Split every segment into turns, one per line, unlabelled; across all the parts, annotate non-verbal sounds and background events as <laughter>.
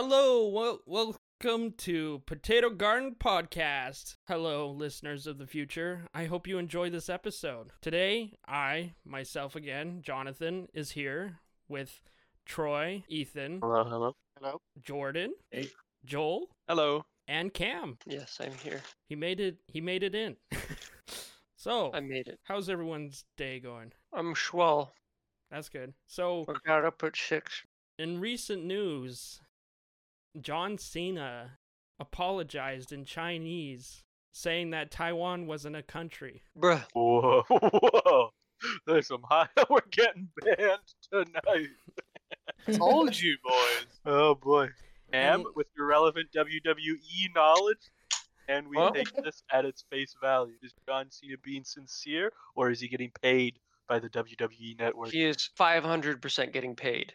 Hello, wel- welcome to Potato Garden Podcast. Hello, listeners of the future. I hope you enjoy this episode. Today, I, myself again, Jonathan, is here with Troy, Ethan,
Hello, hello.
Hello.
Jordan,
Hey.
Joel,
Hello.
and Cam.
Yes, I'm here.
He made it. He made it in. <laughs> so,
I made it.
how's everyone's day going?
I'm Schwal.
That's good. So,
I got up at six.
in recent news, John Cena apologized in Chinese, saying that Taiwan wasn't a country.
Bruh.
Whoa, <laughs> whoa. There's some high. <laughs> We're getting banned tonight. Told you, boys. Oh boy. Am
And-
with your relevant WWE knowledge, and we
Well-
take this at its face value. Is John Cena being sincere, or is he getting paid by the WWE network?
He is 500% getting paid.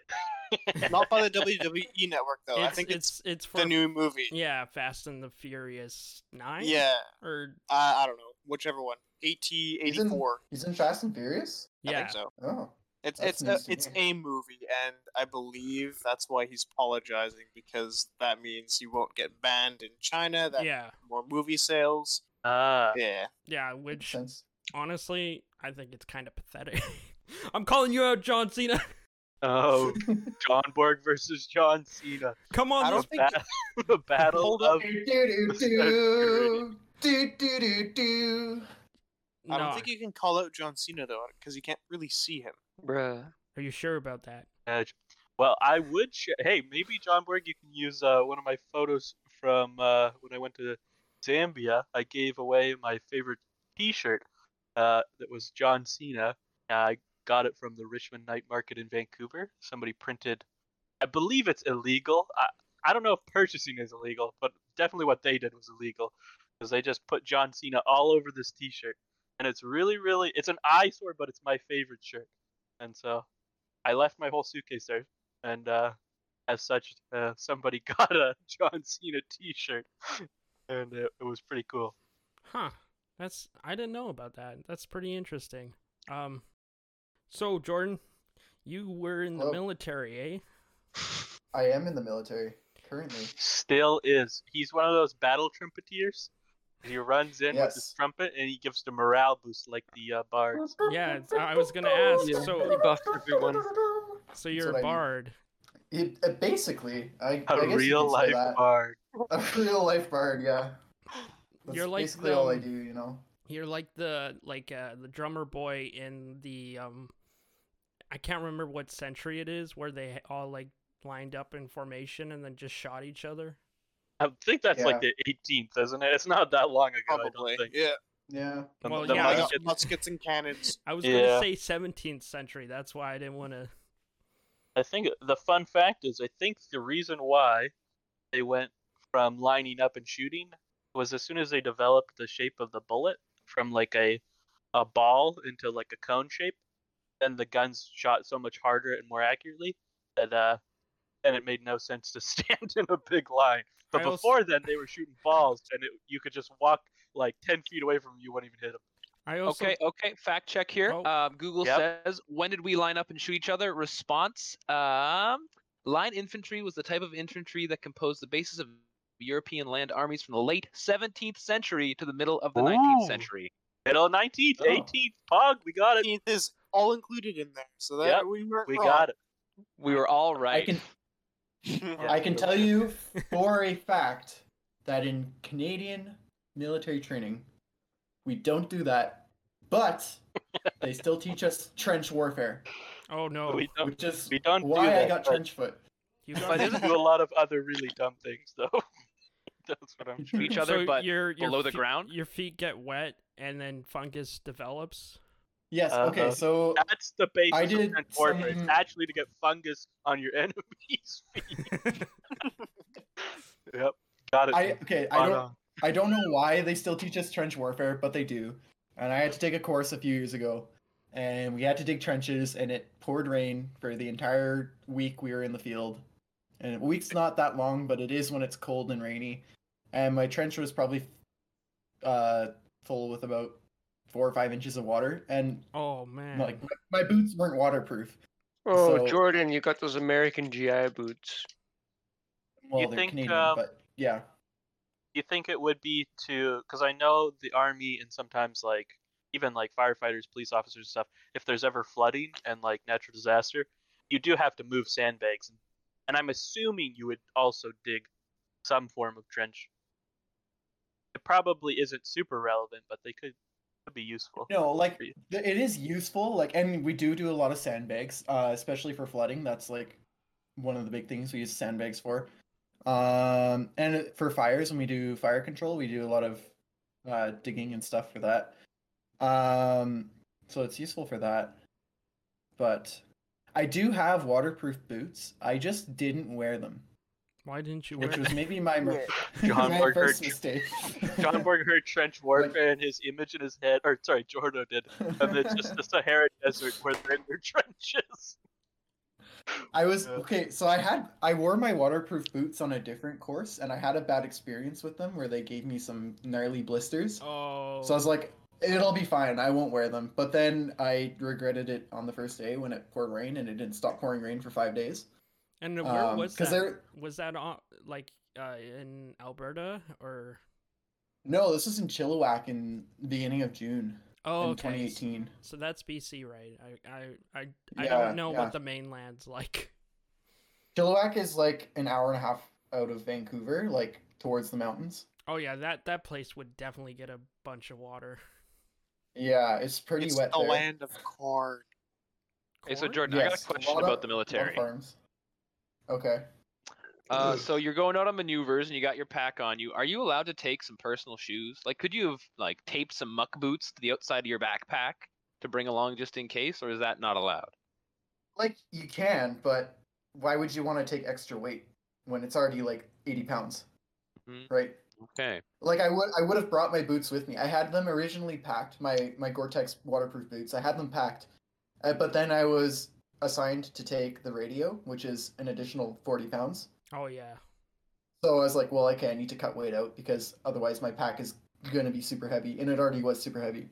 Not by the WWE network though. Oh, I
it's,
think
it's
it's,
it's for
the new movie.
yeah, Fast and the Furious Nine.
Yeah,
or
uh, I don't know, whichever one. AT eighty four.
He's in Fast and Furious.
I
yeah,
think so.
Oh,
It's
That's
it's
news
a,
to
it's
me.
a movie, and I believe that's why he's apologizing because that means he won't get banned in China. That
yeah,
more movie sales.
Ah,
Yeah,
yeah.
makes
Which
sense.
honestly, I think it's kind of pathetic. <laughs> I'm calling you out, John Cena. <laughs>
<laughs>
oh, John Borg versus John Cena.
Come on,
I
this
don't think
Bat- <laughs> the battle
Hold
of
up.
do do do do do do do.
I don't
no.
think you can call out John Cena though because you can't really see him.
Bruh.
Are you sure about that?
Edge. Well, I would. Sh- hey, maybe John Borg, you can use uh, one of my photos from uh, when I went to Zambia. I gave away my favorite T-shirt uh, that was John Cena. Uh, I got it from the Richmond Night Market in Vancouver. Somebody printed. I believe it's illegal. I, I don't know if purchasing is illegal, but definitely what they did was illegal because they just put John Cena all over this T-shirt, and it's really, really, it's an eyesore, but it's my favorite shirt, and so I left my whole suitcase there, and uh, as such, uh, somebody <laughs> got a John Cena T-shirt, and it, it was pretty cool.
Huh. That's I didn't know about that. That's pretty interesting. Um so Jordan, you were in the
Hello.
military, eh?
I am in the military currently.
Still is. He's one of those battle trumpeteers. He runs in with his
Yes.
trumpet, and he gives the morale boost like the uh, bards.
Yeah, it's- I was gonna ask,
Yeah,
so-
<laughs>
he buffed everyone.
So you're
what
a
I-
bard.
It, uh, basically, I,
A
I guess you
real
could
life
say that.
bard.
<laughs> A real life bard, yeah. That's
You're like
basically all I
them.
do, you know.
You're like the like uh the drummer boy in the um I can't remember what century it is where they all like lined up in formation and then just shot each other.
I think that's like the 18th, isn't it? It's not that long ago. I
Probably.
don't think.
Yeah.
Yeah.
The-
Well,
the
yeah,
I
I-
got
muskets-
muskets and
<laughs>
cannons.
I was
Yeah.
gonna say seventeenth century, that's why I didn't wanna
I think the fun fact is, I think the reason why they went from lining up and shooting was as soon as they developed the shape of the bullet from like a a ball into like a cone shape, then the guns shot so much harder and more accurately that uh, and it made no sense to <laughs> stand in a big line. But
I also-
before then, they were shooting balls, and it, you could just walk like ten feet away from 'em, you, wouldn't even hit them.
I also
okay, okay. Fact check here.
Oh.
Um, Google
Yep.
says, when did we line up and shoot each other? Response: um, Line infantry was the type of infantry that composed the basis of European land armies from the late 17th century to the middle of the
Ooh.
19th century.
Middle nineteenth,
Oh.
eighteenth, pog, we got it.
It is all included in there, so that
Yep,
we weren't
We
wrong.
got it.
We were all right.
I can
it.
I can
<laughs>
tell you for a fact that in Canadian military training, we don't do that,
<laughs>
but they still teach us trench warfare,
Oh no.
<laughs> We don't.
which is
We don't do
why I
that,
got
but-
trench foot.
You
I
got
did do a lot of other really dumb things though. <laughs> That's what I'm
Shoot each other,
<laughs> so
but
your, your
below the
fe-
ground?
Your feet get wet and then fungus develops.
Yes.
Uh,
okay. So
That's the basis
I did
of trench warfare. It's
some-
actually to get fungus on your <laughs> enemy's feet.
<laughs>
yep. Got it.
I okay. I
Spot
don't.
on.
I don't know why they still teach us trench warfare, but they do. And I had to take a course a few years ago, and we had to dig trenches, and it poured rain for the entire week we were in the field. And a week's not that long, but it is when it's cold and rainy. And my trench was probably uh, full with about four or five inches of water, and
Oh man.
Hmm.
like my, my boots weren't waterproof.
Oh,
So-
Jordan, you got those American GI boots.
Well,
You
they're
think,
Canadian,
um,
but yeah.
you think it would be to because i know the army and sometimes like even like firefighters police officers and stuff if there's ever flooding and like natural disaster you do have to move sandbags and, and i'm assuming you would also dig some form of trench it probably isn't super relevant but they could, could be useful
No, like
for you.
th- it is useful. Like, and we do do a lot of sandbags, uh, especially for flooding. That's like one of the big things we use sandbags for. Um, and for fires, when we do fire control, we do a lot of uh, digging and stuff for that. Um, so it's useful for that. But I do have waterproof boots. I just didn't wear them,
Why didn't you wear
which was
<laughs>
maybe my, <laughs> mi-
John
my
Mark
first
Hurt-
mistake. <laughs>
john borg heard trench warfare and his image in his head or sorry jordo did and it's just the sahara desert where they're in their trenches
I was
Yeah.
okay, so I had I wore my waterproof boots on a different course, and I had a bad experience with them where they gave me some gnarly blisters.
Oh.
So I was like, "It'll be fine. I won't wear them." But then I regretted it on the first day when it poured rain, and it didn't stop pouring rain for five days.
and where
um,
was that?
'cause they're-
Was that on, like uh, in Alberta or?
No, this was in Chilliwack in the beginning of June
Oh,
in
okay.
2018.
So that's BC, right? I I I, I
Yeah,
don't know
yeah.
what the mainland's like. <laughs>
Chilliwack is like an hour and a half out of Vancouver, like towards the mountains.
Oh yeah, that that place would definitely get a bunch of water. <laughs>
Yeah, it's pretty
It's
wet
the
there.
land of corn.
Okay, so
Corn?
Jordan, I got
Yes,
a
a
question
lot of-
about the
Lot of
military.
farms. Okay.
Uh, so you're going out on maneuvers and you got your pack on you. Are you allowed to take some personal shoes? Like, could you have like taped some muck boots to the outside of your backpack to bring along just in case, or is that not allowed?
like you can, but why would you want to take extra weight when it's already like eighty pounds,
Mhm.
right?
Okay.
Like I would, I would have brought my boots with me. I had them originally packed, my my Gore-Tex waterproof boots. I had them packed, uh, but then I was assigned to take the radio, which is an additional forty pounds.
Oh yeah.
So I was like, well, okay, I need to cut weight out because otherwise my pack is going to be super heavy, and it already was super heavy.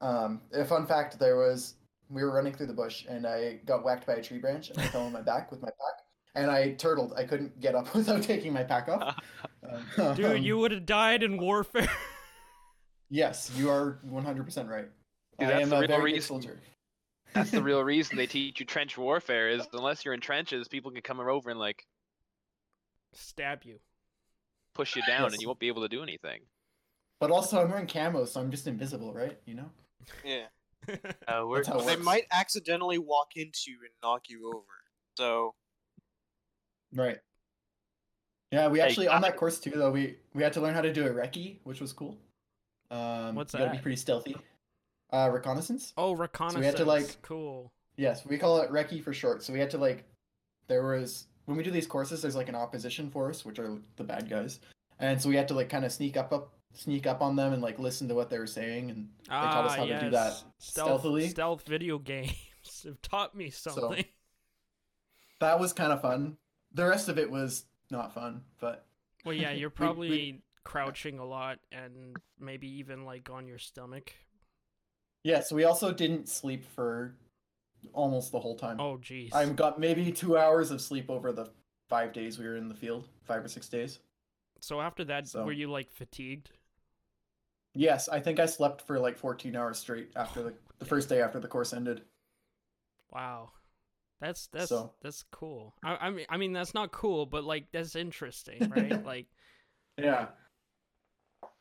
Um, a fun fact: there was we were running through the bush, and I got whacked by a tree branch, and I fell on my back with my pack, and I turtled. I couldn't get up <laughs> without taking my pack
<laughs>
off. Um,
Dude, you would have died in warfare.
<laughs>
<laughs>
Yes, you are one hundred percent right.
Dude,
I
that's
am
the
a
real
very good
reason-
soldier. <laughs>
That's
<laughs>
the real reason they teach you trench warfare is unless you're in trenches, people can come over and like
Stab you. <laughs>
push you down
Yes.
and you won't be able to do anything.
But also, I'm wearing camo, so I'm just invisible, right? You know.
Yeah.
uh, we're,
That's how it
They
works.
might accidentally walk into you and knock you over. So
Right. Yeah, we
Hey,
actually on
I-
that course too though we we had to learn how to do a recce, which was cool. Um,
What's
you Gotta be
that?
pretty stealthy. Uh, reconnaissance.
oh, reconnaissance.
had to, like-
cool.
Yes, we call it recce for short. So we had to like, there was when we do these courses, there's like an opposition force, which are the bad guys, and so we had to like kind of sneak up up sneak up on them and like listen to what they were saying, and taught us
Ah,
how to
yes.
do that
Stealth,
stealthily.
Stealth video <laughs> games have taught me something.
<laughs> that was kind of fun. The rest of it was not fun, but
Well, yeah, you're
We- we-
probably crouching a lot and maybe even like on your stomach.
yeah. So we also didn't sleep for almost the whole time.
Oh, jeez.
I got maybe two hours of sleep over the five days we were in the field, five or six days.
So after that,
So-
were you like fatigued?
Yes, I think I slept for like 14 hours straight after the, the first day after the course ended.
Wow, that's that's
So-
that's cool. I, I mean, I mean that's not cool, but like that's
<laughs>
interesting, right? like,
Yeah.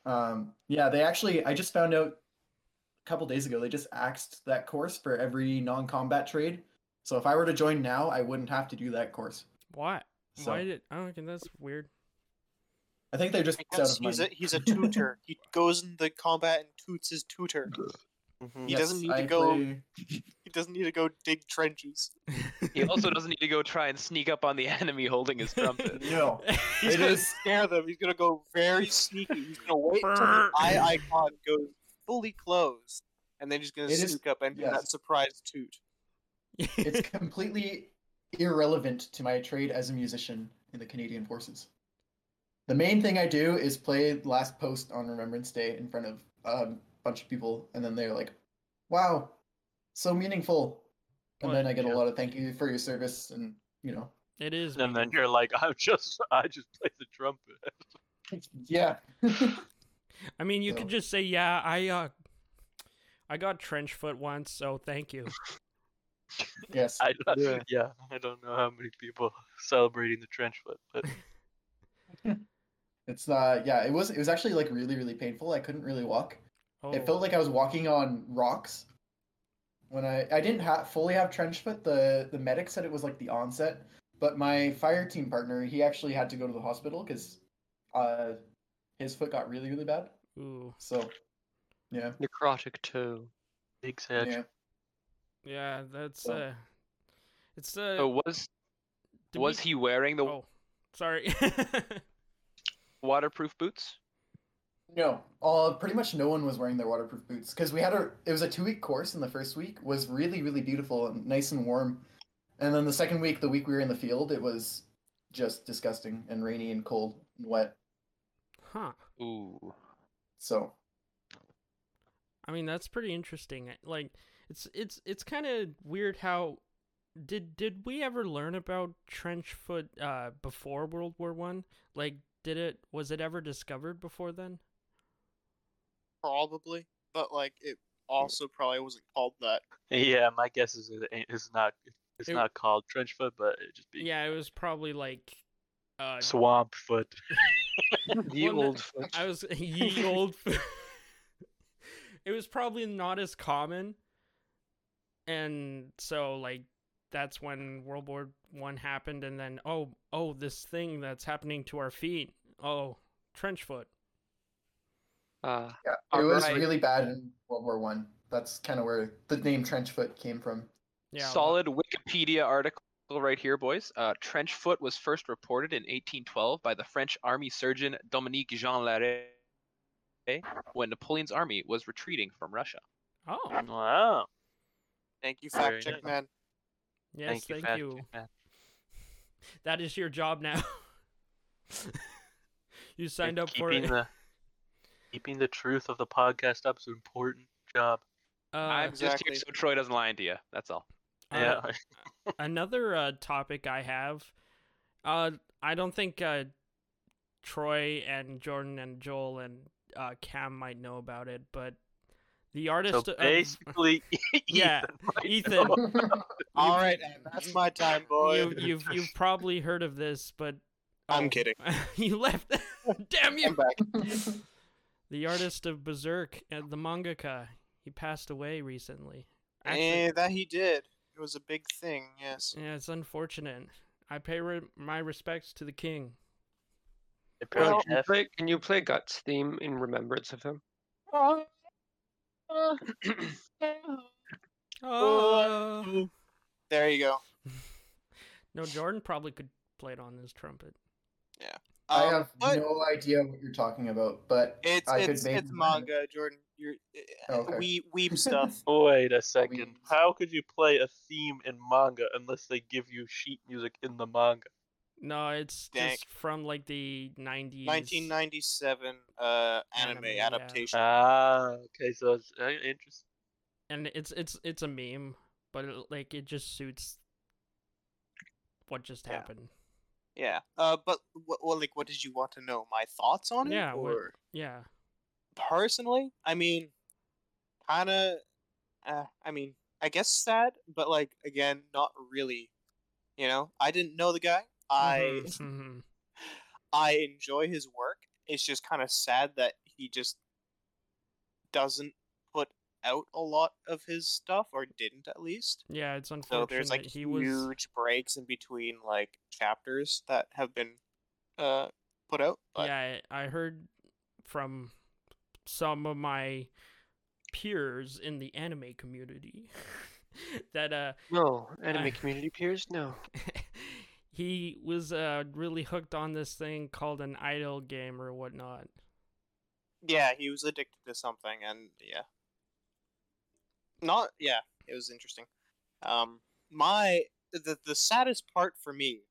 Um, yeah, they actually, I just found out a couple days ago, they just axed that course for every non combat trade. So if I were to join now, I wouldn't have to do that course.
what?
So
Why did? Oh, okay, that's weird.
I think they're just out
Because
of
he's a
money.
he's a
<laughs>
tutor. he goes in the combat and toots his tutor.
Mm-hmm.
He doesn't need to go-
agree.
He doesn't need to go dig trenches.
He also doesn't need to go try and sneak up on the <laughs> enemy holding
<laughs>
his trumpet.
No,
He's
It
gonna
is-
scare them. He's gonna go very sneaky. He's gonna wait until the eye icon goes fully closed, and then he's gonna
It is-
sneak up and do that
yes.
surprise toot.
it's completely irrelevant to my trade as a musician in the Canadian Forces. The main thing I do is play Last Post on Remembrance Day in front of a bunch of people, and then they're like, "Wow, so meaningful," and
Well,
then I get
yeah.
a lot of thank you for your service, and you know,
It is.
And then
meaningful.
you're like, <laughs> I'm just, I just play the trumpet. <laughs>
Yeah.
I mean, you
So-
could just say, "Yeah, I uh, I got trench foot once, so thank you."
yes.
I, don't-
Yeah.
yeah, I don't know how many people celebrating the trench foot,
<laughs>
but
It's uh yeah, it was it was actually like really, really painful. I couldn't really walk.
Oh,
<laughs> It felt like I was walking on rocks. When I I didn't ha- fully have trench foot, the the medic said it was like the onset, but my fire team partner he actually had to go to the hospital because uh his foot got really really bad.
ooh,
So yeah,
Necrotic toe.
big sad.
yeah.
yeah, that's
So-
uh, it's uh,
So was
did
Oh, was
we-
he wearing the
Oh, sorry. <laughs>
waterproof boots?
No, uh, pretty much no one was wearing their waterproof boots because we had a. It was a two week course, and the first week was really, really beautiful and nice and warm. And then the second week, the week we were in the field, it was just disgusting and rainy and cold and wet.
huh.
Ooh.
So
I mean, that's pretty interesting. Like, it's it's it's kind of weird how did did we ever learn about trench foot uh before World War One? Like, did it was it ever discovered before then?
probably, but like it also probably wasn't called that.
Yeah, my guess is it ain't, it's not, it's
It-
not called trench foot, but it just be
Yeah, it was probably like uh
swamp foot.
Ye
One-
old foot.
I was <laughs> ye old. it was probably not as common, and so like that's when World War One happened, and then oh oh this thing that's happening to our feet. Oh, trench foot.
Uh,
yeah, it was
Alright.
really bad in World War One. That's kind of where the name Trenchfoot came from. <laughs>
Yeah, well,
Solid Wikipedia article right here, boys. Uh, trench foot was first reported in 1812 by the French army surgeon Dominique Jean Larrey when Napoleon's army was retreating from Russia.
Oh
Wow.
Thank you,
Very
fact check
nice.
man.
yes, thank,
Fat
you.
Chick Man.
That is your job now. <laughs> you signed up for
keeping
it.
The, keeping the truth of the podcast up is an important job.
Uh,
I'm just here
exactly.
so Troy doesn't lie to you. That's all.
uh,
yeah. <laughs>
another uh, topic I have. Uh, I don't think uh, Troy and Jordan and Joel and uh, Cam might know about it, but the
so
artist, of-
basically, <laughs>
<laughs> yeah, Ethan,
All right, and that's my time, boy.
you,
<laughs>
you've you've probably heard of this, but
I'm
oh,
kidding.
<laughs> you left. Damn
I'm
you!
back.
The artist of Berserk and the mangaka, he passed away recently. Actually,
Eh, that he did. It was a big thing. Yes.
yeah, it's unfortunate. I pay re- my respects to the king.
well, can, you
Jeff,
play, can you play Guts theme in remembrance of him?
Oh.
There you go.
<laughs> No, Jordan probably could play it on his trumpet.
I
Um,
have
but
no idea what you're talking about, but
It's
I could
it's
maybe
it's
learn it.
manga, Jordan. You're eh,
Okay.
we
<laughs>
weeb stuff.
wait a second.
Please.
How could you play a theme in manga unless they give you sheet music in the manga?
No, it's
Dank.
just from like the nineties.
1997 uh, anime,
Anime, yeah.
adaptation.
Ah, okay. So it's uh, interesting.
and it's it's it's a meme, but it, like it just suits what just
Yeah.
happened.
Yeah. Uh, but what, well, like, what did you want to know? My thoughts on it,
Yeah, what-
or
Yeah,
personally? I mean, kind of. Uh, I mean, I guess sad, but like again, not really. You know, I didn't know the guy. I
Mhm, mhm.
I enjoy his work. It's just kind of sad that he just doesn't put out a lot of his stuff, or didn't at least.
yeah, it's
So
unfortunate.
there's like
he
huge
was
breaks in between like chapters that have been uh put out. But
yeah, I, I heard from some of my peers in the anime community <laughs> that uh
No, enemy
I-
community peers. No.
<laughs> he was uh really hooked on this thing called an idol game or whatnot.
yeah, he was addicted to something, and yeah, not yeah, it was interesting. Um, my the the saddest part for me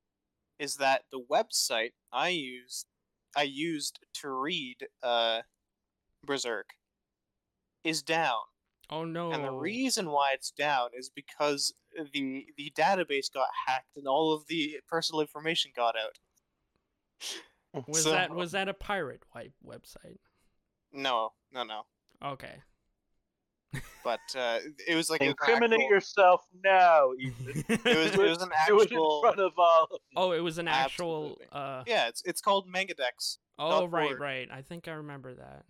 is that the website I used I used to read uh Berserk is down.
Oh no.
And the reason why it's down is because the the database got hacked and all of the personal information got out.
was
so-
that was that a pirate wipe website?
No, no, no.
Okay.
But uh, it was like an
Incriminate
actual-
yourself now,
<laughs>
<laughs> Ethan.
It was, it was an
Do <laughs> it in
actual.
front of all. of
oh, it was an actual
Absolutely.
uh
Yeah, it's it's called Megadex.
Oh
dot
right,
org.
right. I think I remember that.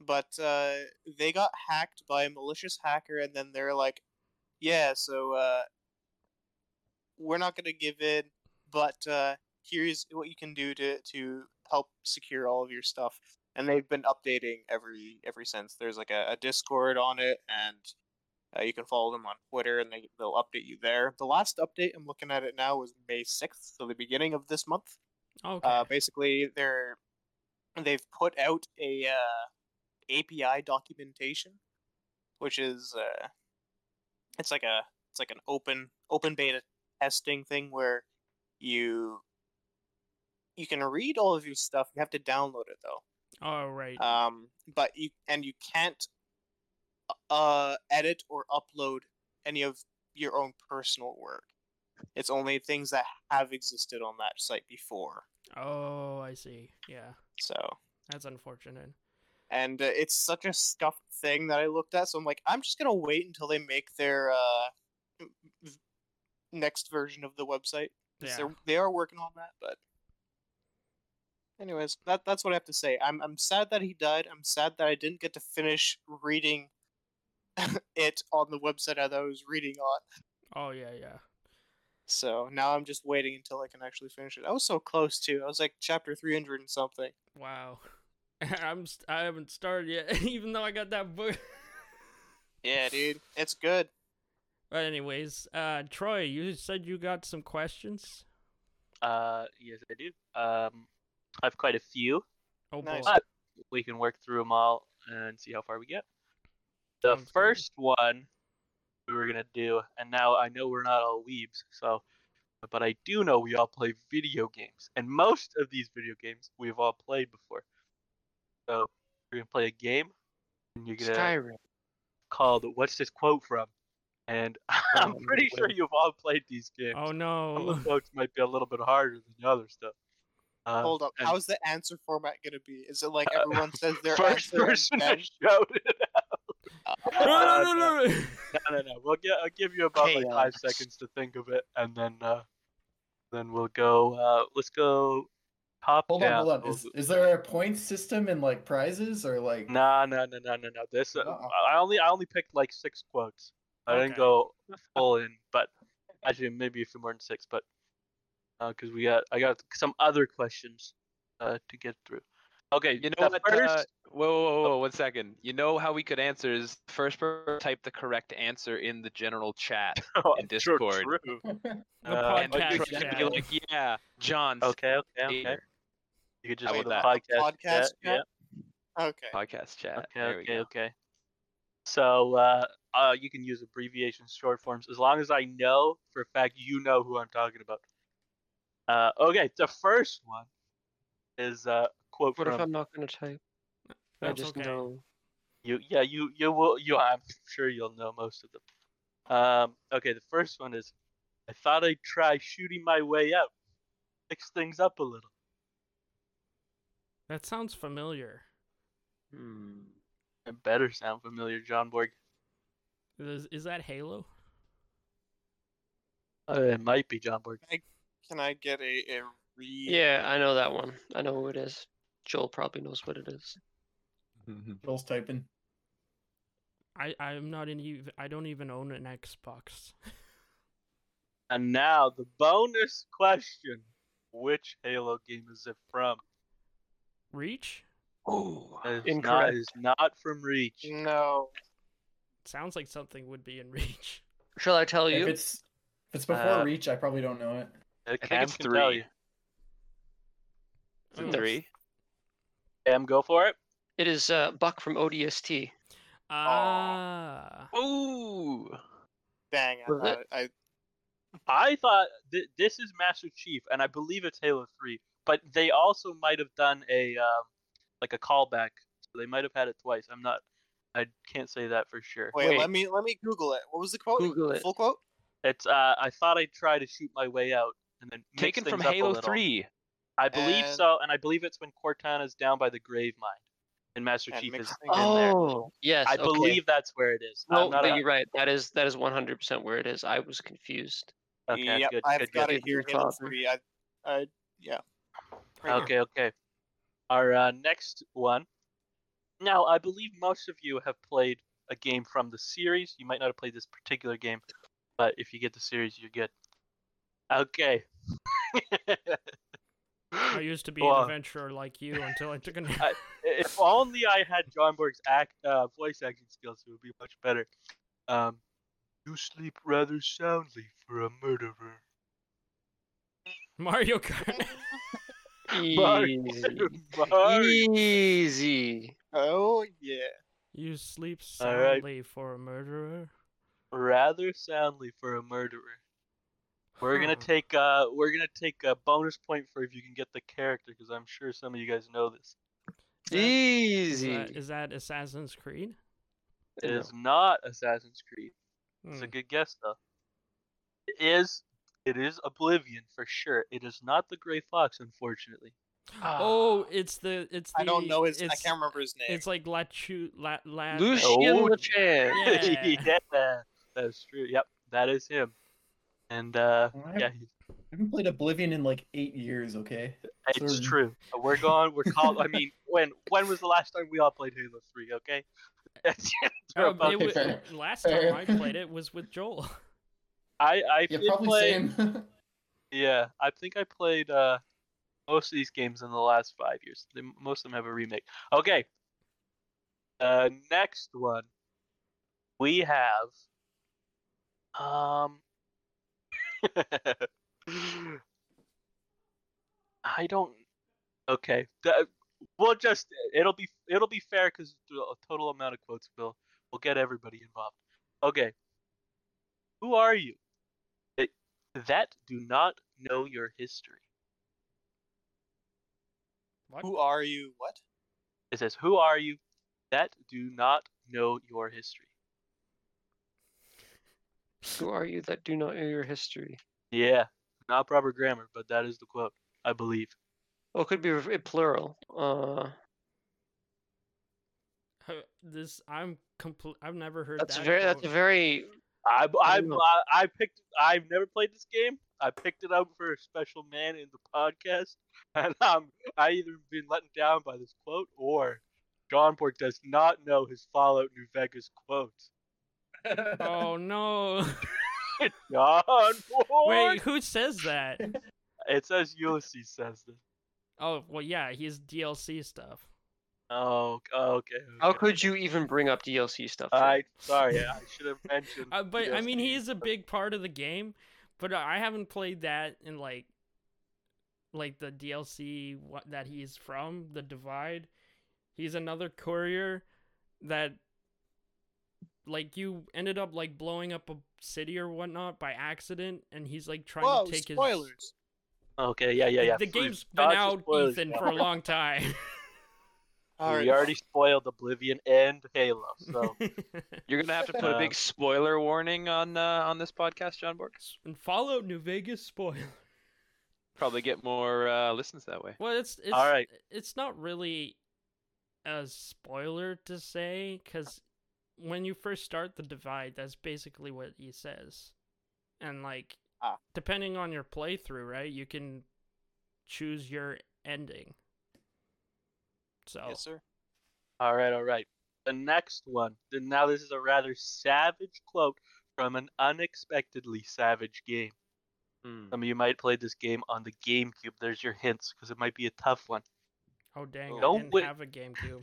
but uh, they got hacked by a malicious hacker, and then they're like, "Yeah, so uh, we're not gonna give in, but uh, here's what you can do to to help secure all of your stuff." And they've been updating every every since. There's like a, a Discord on it, and uh, you can follow them on Twitter, and they they'll update you there. The last update I'm looking at it now was May sixth, so the beginning of this month.
Okay.
Uh, basically, they're they've put out a uh, API documentation, which is uh, it's like a it's like an open open beta testing thing where you you can read all of your stuff. You have to download it though.
oh right.
Um, but you and you can't uh edit or upload any of your own personal work. It's only things that have existed on that site before.
oh, I see. Yeah.
So
That's unfortunate.
and uh, it's such a scuffed thing that I looked at. So I'm like, I'm just gonna wait until they make their uh, v- next version of the website. 'cause
Yeah.
They're, they are working on that, but anyways, that that's what I have to say. I'm I'm sad that he died. I'm sad that I didn't get to finish reading <laughs> it on the website that I was reading on.
Oh yeah, yeah.
So now I'm just waiting until I can actually finish it. I was so close too. I was like chapter 300 and something.
Wow. <laughs> I'm st- I haven't started yet, <laughs> even though I got that book. <laughs>
Yeah, dude, it's good.
but anyways, uh, Troy, you said you got some questions.
Uh, yes, I do. Um, I have quite a few.
Oh
Nice.
boy.
Uh, We can work through them all and see how far we get. The
Sounds good.
first one we were gonna do, and now I know we're not all weebs, so, but I do know we all play video games, and most of these video games we've all played before. So we're gonna play a game, and you're gonna
Skyrim.
called "What's this quote from?" And <laughs> I'm
Oh,
pretty sure
wait.
you've all played these games.
Oh
<laughs> Some of
no.
the quotes might be a little bit harder than the other stuff. Uh,
Hold up.
and <laughs> Uh,
How's the answer format gonna be? Is it like everyone says their
first
answer? and
person <laughs>
then-
that shouted out?
No, no,
Uh,
no, no, no.
<laughs> No, no, no. We'll get. I'll give you about like five
Chaos.
seconds to think of it, and then uh, then we'll go. Uh, let's go top
Hold on,
down.
hold on.
We'll
Is,
go-
is there a point system and like prizes or like?
No, no, no, no, no, no. This uh,
Uh-uh.
I only I only picked like six quotes. I
Okay.
didn't go full in, but actually maybe a few more than six, but because we got I got some other questions uh, to get through. Okay,
You
the
know what?
First, <laughs>
uh, whoa, whoa, whoa, whoa, one second. You know how we could answer is first person type the correct answer in the general <laughs> chat.
Oh,
in
true,
Discord.
true.
The
Uh,
and then
podcast
Troy could be
chat.
like, yeah, John.
Okay, okay, okay.
here."
You could just
How
go to the
about
podcast.
that? Podcast
chat, Yeah.
chat? Okay.
Podcast chat.
Okay,
there we
okay,
go.
okay. So uh, uh, you can use abbreviations, short forms, as long as I know for a fact you know who I'm talking about. Uh, okay, the first one is a uh, quote
What if
from
I'm not gonna type? I
That's
just
okay.
know.
you. Yeah, you you will you. I'm sure you'll know most of them. Um, okay, the first one is, I thought I'd try shooting my way out, fix things up a little.
That sounds familiar.
Hmm.
It better sound familiar, John Borg.
Is, is that Halo?
Uh, it might be John Borg.
Can I get a, a read?
Yeah, I know that one. I know who it is. Joel probably knows what it is.
Joel's typing.
I I'm not an ev- I don't even own an Xbox. <laughs>
And now the bonus question: Which Halo game is it from?
Reach
Oh,
It's Not,
incorrect.
it's not from Reach.
No.
sounds like something would be in Reach. <laughs>
Shall I tell
If
you?
it's if it's before
Uh,
Reach, I probably don't know it.
It
I think
Cam
it's
can tell
three.
you.
Is it
Oh.
Three.
Cam, go for it.
It is uh, Buck from ODST.
Ah.
Ooh.
Dang, I
Was
thought it- I
I thought th- this is Master Chief, and I believe it's Halo Three. But they also might have done a um, like a callback. So they might have had it twice. I'm not I can't say that for sure.
Wait,
Wait.
let me let me Google it. What was the quote?
Google it.
Full quote?
It's uh, I thought I'd try to shoot my way out and then mix
Taken from
things up a
Halo
little.
3.
I believe
And-
so, and I believe it's when Cortana's down by the grave mine, and Master
And
Chief
mix
is in
things up.
there.
Oh, yes.
I
<laughs>
okay.
believe that's where it is.
No,
I'm not
but
a-
you're right. That is that is 100% where it is. I was confused.
okay,
yep,
good,
I've
good,
got
good.
it here.
Your
Halo
father.
Three. I, I, yeah. Right
Okay,
here.
okay. Our uh, next one. Now, I believe most of you have played a game from the series. You might not have played this particular game, but if you get the series, you're good. Okay.
I used to be
Well, uh,
an adventurer like you until I took a nap.
I- <laughs> if only I had John Borg's act, uh, voice acting skills, it would be much better. Um, you sleep rather soundly for a
<laughs>
murderer.
<laughs>
<laughs>
Mario Kart.
Mario- <laughs>
Easy.
Mario.
Easy.
Oh yeah.
You sleep
All right.
soundly for a murderer.
rather soundly for a murderer. We're gonna
Huh.
take uh, we're gonna take a bonus point for if you can get the character, because I'm sure some of you guys know this.
Is
Easy.
that- is that Assassin's Creed?
It
No.
is not Assassin's Creed. It's
Hmm.
a good guess though. It is it is Oblivion for sure. It is not the Gray Fox, unfortunately. ah.
Oh, it's the it's the
I don't know his. I
it's-
can't remember his name.
It's like Lachu La La
<laughs> Lucien
Oh,
Lachan.
Yeah.
<laughs> Yeah, that's true. Yep, that is him. And uh,
I
yeah,
haven't- I haven't played Oblivion in like eight years. Okay.
it's
Sorry.
true. We're going. We're called. I mean, when when was the last time we all played Halo Three? Okay. <laughs> That's- we're
Um,
about
it
Okay,
wa-
fair.
last
Fair.
time I played it was with Joel. <laughs>
I I
Yeah,
did
probably
play.
same.
Yeah, I think I played uh most of these games in the last five years. They, most of them have a remake. Okay. Uh, next one we have um. <laughs> I don't. Okay, that, we'll just it'll be it'll be fair because the total amount of quotes will will get everybody involved. Okay, who are you? that do not know your history.
What?
Who are you? What?
It says, Who are you that do not know your history?
Who are you that do not know your history?
Yeah, not proper grammar, but that is the quote, I believe.
Oh, it could be re- plural. Uh,
Uh, This I'm complete. I've never heard
that's a
that
very. That's a
quote.
very.
I, I,
don't know.
I, I picked. I've never played this game. I picked it up for a special man in the podcast, <laughs> and um, I either been let down by this quote or John Borg does not know his Fallout New Vegas quote.
<laughs> Oh
<laughs>
no!
<laughs> John Borg.
Wait, who says that?
It says Ulysses says this.
Oh well, yeah, he's DLC stuff.
Oh, okay. okay.
How could you even bring up DLC stuff? here?
I sorry,
<laughs>
I should have mentioned.
Uh, but I mean,
ESP.
he is a big part of the game. But I haven't played that in like, like the DLC what, that he's from, the Divide. He's another courier that, like, you ended up like blowing up a city or whatnot by accident, and he's like trying
Whoa!
to take
Spoilers.
his.
Okay, yeah, yeah, yeah.
The
please,
game's been
dodge the
out,
spoilers,
Ethan,
yeah.
for a long time.
All right.
We already spoiled Oblivion and Halo,
<laughs>
so
You're gonna have to put a <laughs>
Um,
big spoiler warning on uh, on this podcast, John Borg.
and Fallout New Vegas spoilers.
Probably get more uh, listens that way.
Well, it's it's
right.
It's not really a spoiler to say because when you first start the divide, that's basically what he says, and like
Ah.
depending on your playthrough, right, you can choose your ending. So
Yes, sir.
all right, all right. The next one. Then now this is a rather savage quote from an unexpectedly savage game.
Hmm.
Some of you might play this game on the GameCube. There's your hints, because it might be a tough one.
oh dang, I
Don't
didn't
wait-
have a
<laughs>
GameCube.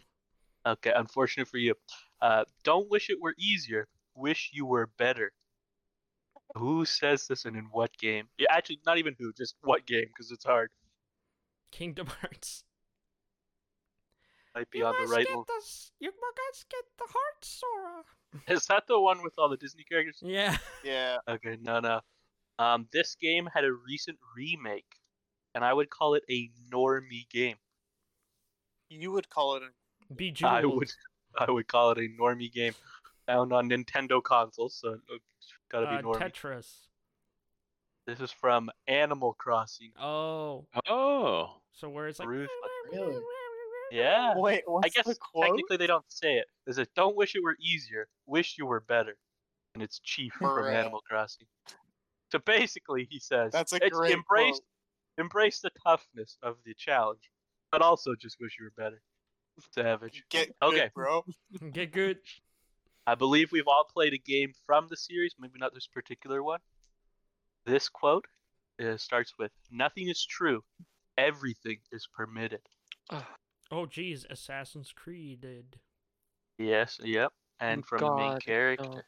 Okay, unfortunate for you. Uh, don't wish it were easier. Wish you were better. Who says this and in what game? Yeah, actually, not even who, just what game, because it's hard.
Kingdom Hearts.
Might be on the right. l-
the you must get the heart, Sora.
<laughs> Is that the one with all the Disney characters?
Yeah. <laughs>
Yeah.
Okay, no, no. Um, this game had a recent remake, and I would call it a normie game.
You would call it. A...
Bejeweled.
I would, <laughs> I would call it a normie game, found on Nintendo consoles. So it's gotta be
Uh,
normie.
Tetris.
this is from Animal Crossing.
Oh,
Oh.
so where it's like.
Ruth,
Really?
Yeah.
Wait, what's
I guess
the quote?
technically they don't say it. Is it don't wish it were easier, wish you were better. And it's Chief from
Correct.
Animal Crossing. So basically he says
That's a
it's
great
embrace
quote.
embrace the toughness of the challenge, but also just wish you were better. Savage.
Get
Okay.
good, bro.
Get good.
I believe we've all played a game from the series, maybe not this particular one. This quote uh, starts with Nothing is true, everything is permitted.
Oh, geez, Assassin's Creeded.
Yes, yep.
Oh
And from the main
God, no.
character.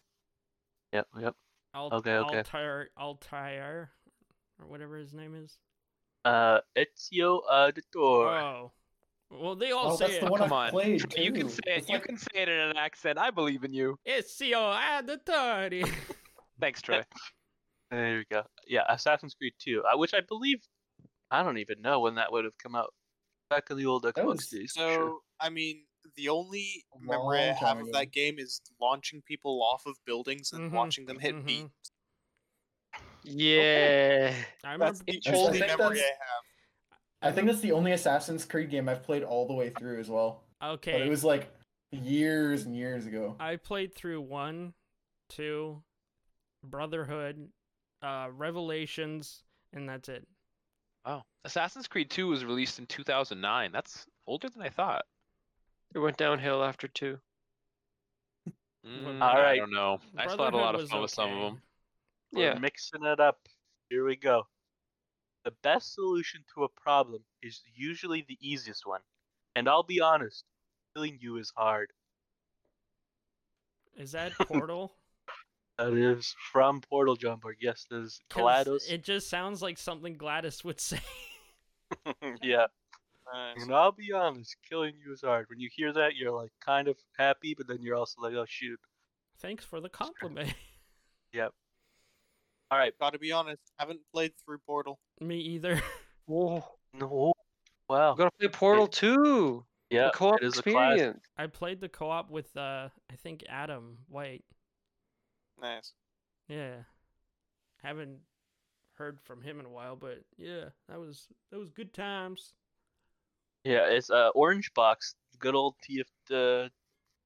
Yep, yep.
Alt-
Okay, okay.
Altair, Altair, or whatever his name is.
Uh, Ezio uh, Auditore.
Oh, well, they all
Oh,
say
that's
it.
the one
Come
I
on.
played.
You can
too.
say it.
It's
You
like-
can say it in an accent. I believe in you.
It's your E.
<laughs>
auditory.
Thanks, Troy.
There we go. Yeah, Assassin's Creed 2, uh, which I believe, I don't even know when that would have come out. Back in the old Xbox
was
days. for
So
sure.
I mean, the only
A
memory I
long
have of
time ago. Mm-hmm.
that game is launching people off of buildings and
Mhm,
watching them hit
mhm.
beat.
Yeah.
I
That's
remember.
the
Interesting.
only
I think
memory I
that's-
have.
I think that's the only Assassin's Creed game I've played all the way through as well. But
Okay,
it was like years and years ago.
I played through one, two, Brotherhood, uh, Revelations, and that's it.
Wow. Assassin's Creed 2 was released in 2009. That's older than I thought.
It went downhill after two.
Mm,
All
right.
I don't know. I still had a
Brotherhood
lot of
was
fun with some of
okay.
them.
We're
Yeah.
mixing it up. Here we go. The best solution to a problem is usually the easiest one. And I'll be honest, killing you is hard.
Is that Portal?
<laughs>
That is from Portal John Borg. Yes, that is
'Cause
GLaDOS.
It just sounds like something Gladys would <laughs> say.
<laughs> yeah. And I'll be honest, killing you is hard. When you hear that, you're like kind of happy, but then you're also like, oh shoot.
Thanks for the compliment. <laughs>
All right.
Gotta be honest, haven't played through Portal.
Me either. <laughs>
Whoa.
No. Wow.
I'm gonna play Portal 2.
Yeah.
the co-op
it is a classic.
experience.
I played the co-op with uh I think Adam White.
Nice.
Yeah. Haven't heard from him in a while, but yeah, that was that was good times.
Yeah, it's uh, Orange Box, good old TF. Uh,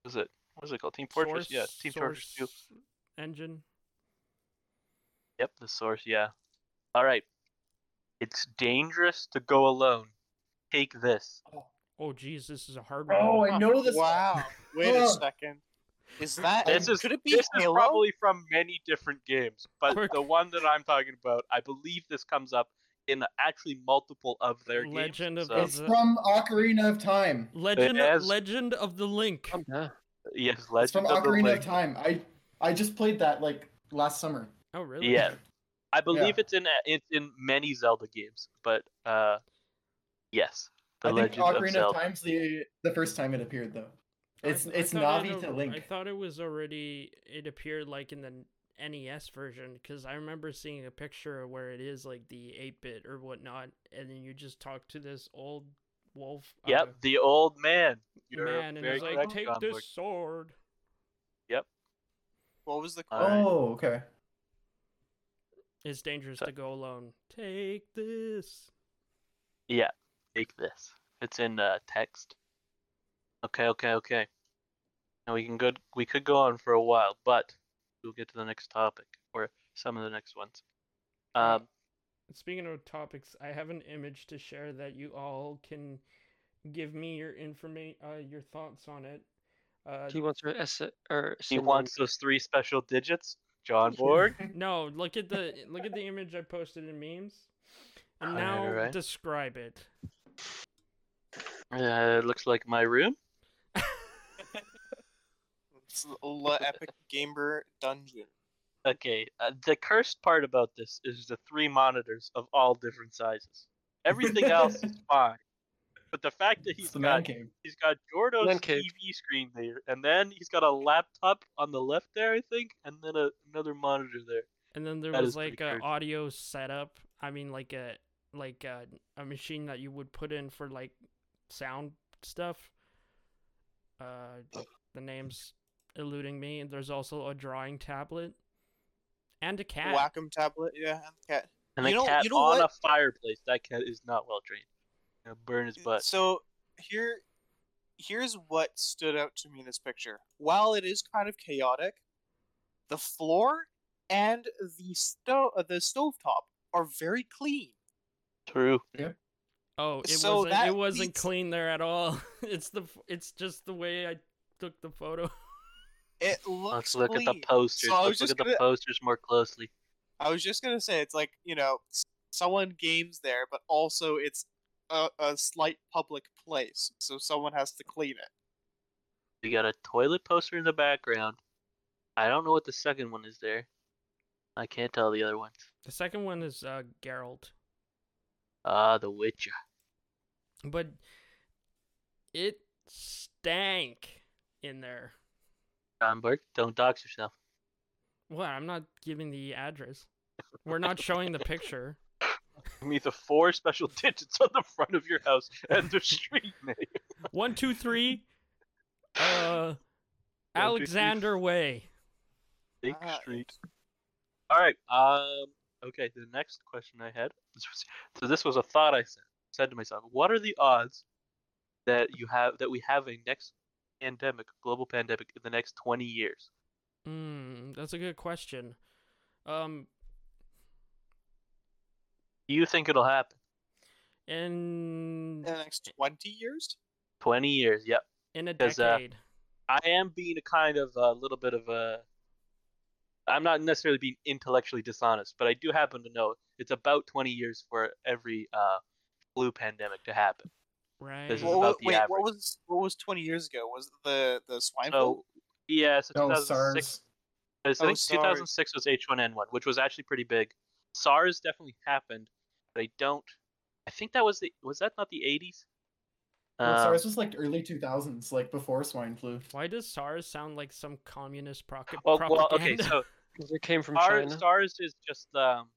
was it? What is it called? Team Fortress. yeah,
Source-
Team Fortress Two.
Source Engine.
Yep, the source. Yeah. All right. It's dangerous to go alone. Take this.
Oh geez, this is a hard one.
Oh, I know this.
Wow. Wait a
Oh.
second. Is that
This is
could it be
this
Halo?
is probably from many different games, but
Quick.
the one that I'm talking about, I believe this comes up in actually multiple of their
Legend of
games.
Zelda.
It's from Ocarina of Time.
Legend
It has-
Legend of the Link.
I'm done.
So, yes,
It's from
Legend of the
Ocarina
Link.
of Time. I I just played that like last summer.
Oh really?
Yeah, I believe it's in a- it's in many Zelda games, but uh, yes, the
I think
Legend
Ocarina
of
of,
Zelda.
Time's the the first time it appeared though.
I-
It's
I
it's
thought it
Navi
al-
to Link.
I thought it was already it appeared like in the NES version because I remember seeing a picture where it is like the eight bit or whatnot, and then you just talk to this old wolf. uh,
Yep, the old man. You're
man, and
very
he's like,
correct,
"Take
John
this
Boy.
sword."
What was the
Uh,
quote?
Alright.
Oh, okay.
It's dangerous
So-
to go alone. Take this.
Yeah, take this. It's in uh, text. Okay, okay, okay. Now we can go. We could go on for a while, but we'll get to the next topic or some of the next ones.
Yeah.
Um,
Speaking of topics, I have an image to share that you all can give me your informa- uh, your thoughts on it. Uh,
He wants her S or
he
synonym.
wants those three special digits.
<laughs>
John <laughs>
<laughs>
Borg.
No, look at the look at the image I posted in memes. And
Alright,
now
alright.
describe it.
uh, looks like my room.
It's La Epic Gamer Dungeon.
Okay. Uh, the cursed part about this is the three monitors of all different sizes. Everything else is
<laughs>
fine, but the fact that
It's
he's
the
got
man cave.
He's got Jordo's
Man cave.
TV screen there, and then he's got a laptop on the left there, I think, and then a, another monitor there.
And then there
That
was
is pretty
like a
crazy.
audio setup. I mean like a like a, a machine that you would put in for like sound stuff. Uh The name's eluding me. There's also a drawing tablet and a cat.
Wacom tablet, yeah, and the cat.
And
You
a
know-
cat
you know
on
what?
a fireplace. That cat is not well trained. Gonna burn his butt.
So here, here's what stood out to me in this picture. While it is kind of chaotic, the floor and the stove, the stovetop are very clean.
True.
Oh, it
So
wasn't.
that
It wasn't
leads-
clean there at all. <laughs> It's the. f- It's just the way I took the photo. <laughs>
It looks
Let's look at
clean.
the posters.
So I was
Let's look
just
at the
gonna-
posters more closely.
I was just gonna say it's like you know s- someone games there, but also it's a, a slight public place, so someone has to clean it.
We got a toilet poster in the background. I don't know what the second one is there. I can't tell the other ones.
The second one is uh, Geralt,
Ah, The Witcher.
but it stank in there.
John Burke, don't dox yourself.
What? I'm not giving the address. We're not showing the picture.
Give me the four special <laughs> digits on the front of your house and the street name.
One, two, three. Uh, Alexander Way.
Lake
Ah,
Street. All right. Um. Okay. The next question I had. This was, so this was a thought I said, said to myself. What are the odds that you have that we have a next pandemic, global pandemic, in the next twenty years?
Mm, that's a good question. Um,
Do you think it'll happen?
in
In the next twenty years,
Twenty years. Yep.
in a
'cause, uh,
decade.
I am being a kind of a little bit of a. I'm not necessarily being intellectually dishonest, but I do happen to know it's about 20 years for every uh, flu pandemic to happen.
right.
this is
What
about
wa-
the
wait,
average.
what was what was twenty years ago? Was it the the swine flu?
So, yeah, so
No
2006
Oh, SARS.
I think
Oh, SARS.
2006 was H1N1, which was actually pretty big. SARS definitely happened, but I don't. I think that was the was that not the 80s?
Well,
Um,
SARS was like early 2000s, like before swine flu.
Why does SARS sound like some communist proc-
oh, well, okay,
propaganda?
so
'Cause it came from
SARS,
China.
SARS is just um.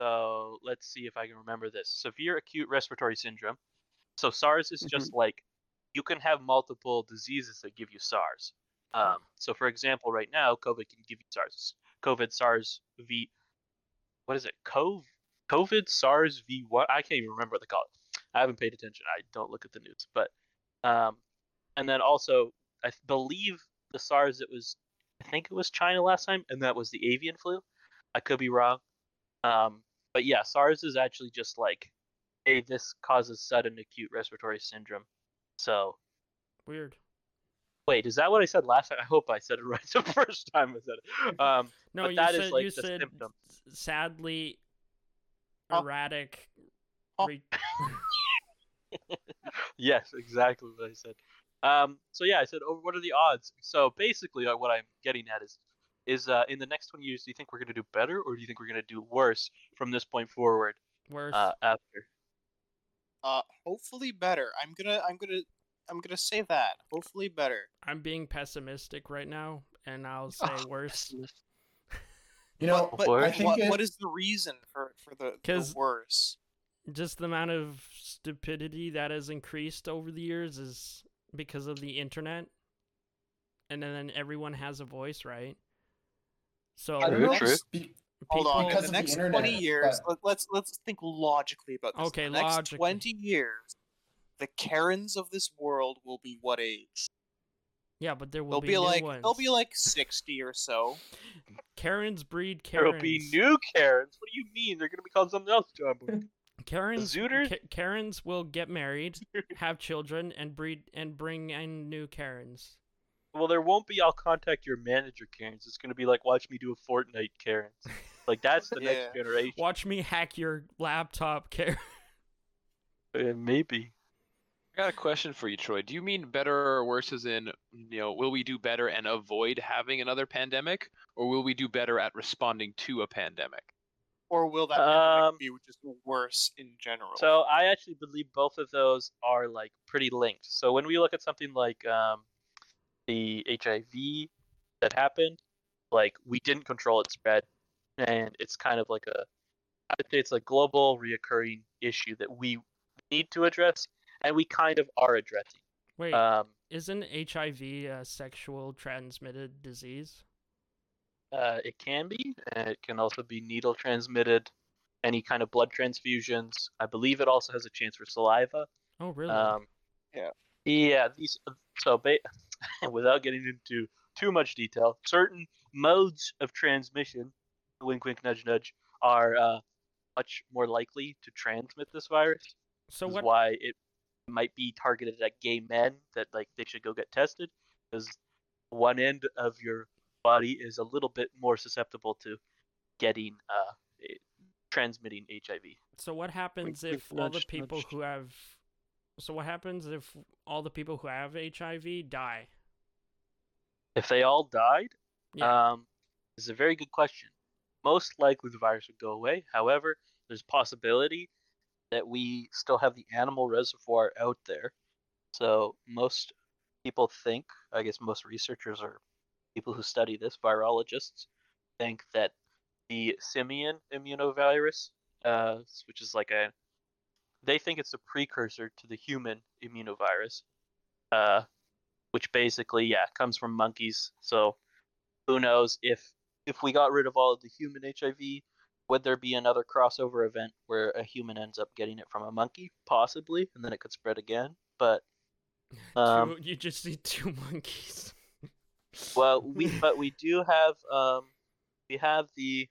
So let's see if I can remember this. Severe acute respiratory syndrome. So SARS
Mm-hmm.
is just like you can have multiple diseases that give you SARS. Um, so for example, right now COVID can give you SARS. COVID SARS V. What is it? Cov. COVID SARS V. What? I can't even remember what they call it. I haven't paid attention. I don't look at the news. But um, and then also I th- believe the SARS that was I think it was China last time, and that was the avian flu. I could be wrong. Um, but yeah, SARS is actually just like, hey, this causes sudden acute respiratory syndrome. So
<laughs> Weird.
wait, is that what I said last time? I hope I said it <laughs> right the first time I said it. Um,
No,
But
you
that
said
is, like,
you
the
said
symptom. Oh.
s- sadly
Huh?
erratic.
Huh?
re-
yes, exactly what I said. Um, so yeah, I said, oh, what are the odds? So basically, uh, what I'm getting at is, is uh, in the next 20 years, do you think we're gonna do better, or do you think we're gonna do worse from this point forward?
worse.
Uh, after
Uh, hopefully better. I'm gonna I'm gonna I'm gonna say that. Hopefully better.
I'm being pessimistic right now, and
<laughs> Oh,
I'll say worse.
You know,
but,
Or-
I
but
think
what,
it-
what is the reason for for the, the
'Cause-
worse?
Just the amount of stupidity that has increased over the years is because of the internet, and then everyone has a voice, right? So
I don't
the
know.
next-
True.
be-
Hold on. in
because of
the
the
next
internet,
twenty years,
but-
let, let's let's think logically about this.
Okay,
the next
logically.
twenty years, the Karens of this world will be what age?
yeah, but there will
They'll
be,
be,
new
like
ones.
they'll be like sixty or so.
Karens breed
there
Karens.
will be new Karens. What do you mean? They're gonna be called something else, John. Boy.
<laughs> Karens.
Zooters?
Ka- Karens will get
<laughs>
married, have children, and breed and bring in new Karens.
Well, there won't be. I'll contact your manager, Karens. It's gonna be like, watch me do a Fortnite, Karens. Like that's the next generation.
Watch me hack your laptop, Karen.
Uh, maybe.
I got a question for you, Troy. Do you mean better or worse as in, you know, will we do better and avoid having another pandemic, or will we do better at responding to a pandemic?
Or will that pandemic
Um,
be just worse in general?
So I actually believe both of those are like pretty linked. So when we look at something like um, the HIV that happened, like we didn't control its spread, and it's kind of like a, I'd say it's a global reoccurring issue that we need to address, and we kind of are addressing.
<laughs> Wait,
Um,
isn't HIV a sexual transmitted disease?
Uh, it can be. and It can also be needle transmitted, any kind of blood transfusions. I believe it also has a chance for saliva.
Oh, really?
Um,
Yeah.
Yeah. These so ba- <laughs> without getting into too much detail, certain modes of transmission, wink, wink, nudge, nudge, are uh, much more likely to transmit this virus.
so
is
what?
why it might be targeted at gay men that like they should go get tested because one end of your body is a little bit more susceptible to getting uh eh, transmitting HIV.
So what happens
wink,
if all the
nudge,
people
nudge.
who have? So what happens if all the people who have HIV die?
If they all died,
Yeah.
um, is a very good question. Most likely the virus would go away. However, there's possibility that we still have the animal reservoir out there. So most people think, I guess most researchers or people who study this, virologists, think that the simian immunovirus, uh, which is like a, they think it's a precursor to the human immunovirus, uh, which basically, yeah, comes from monkeys. So who knows if if we got rid of all of the human HIV, would there be another crossover event where a human ends up getting it from a monkey, possibly, and then it could spread again? But um,
Two- <laughs> you just need two monkeys. <laughs>
well, we but we do have um, we have the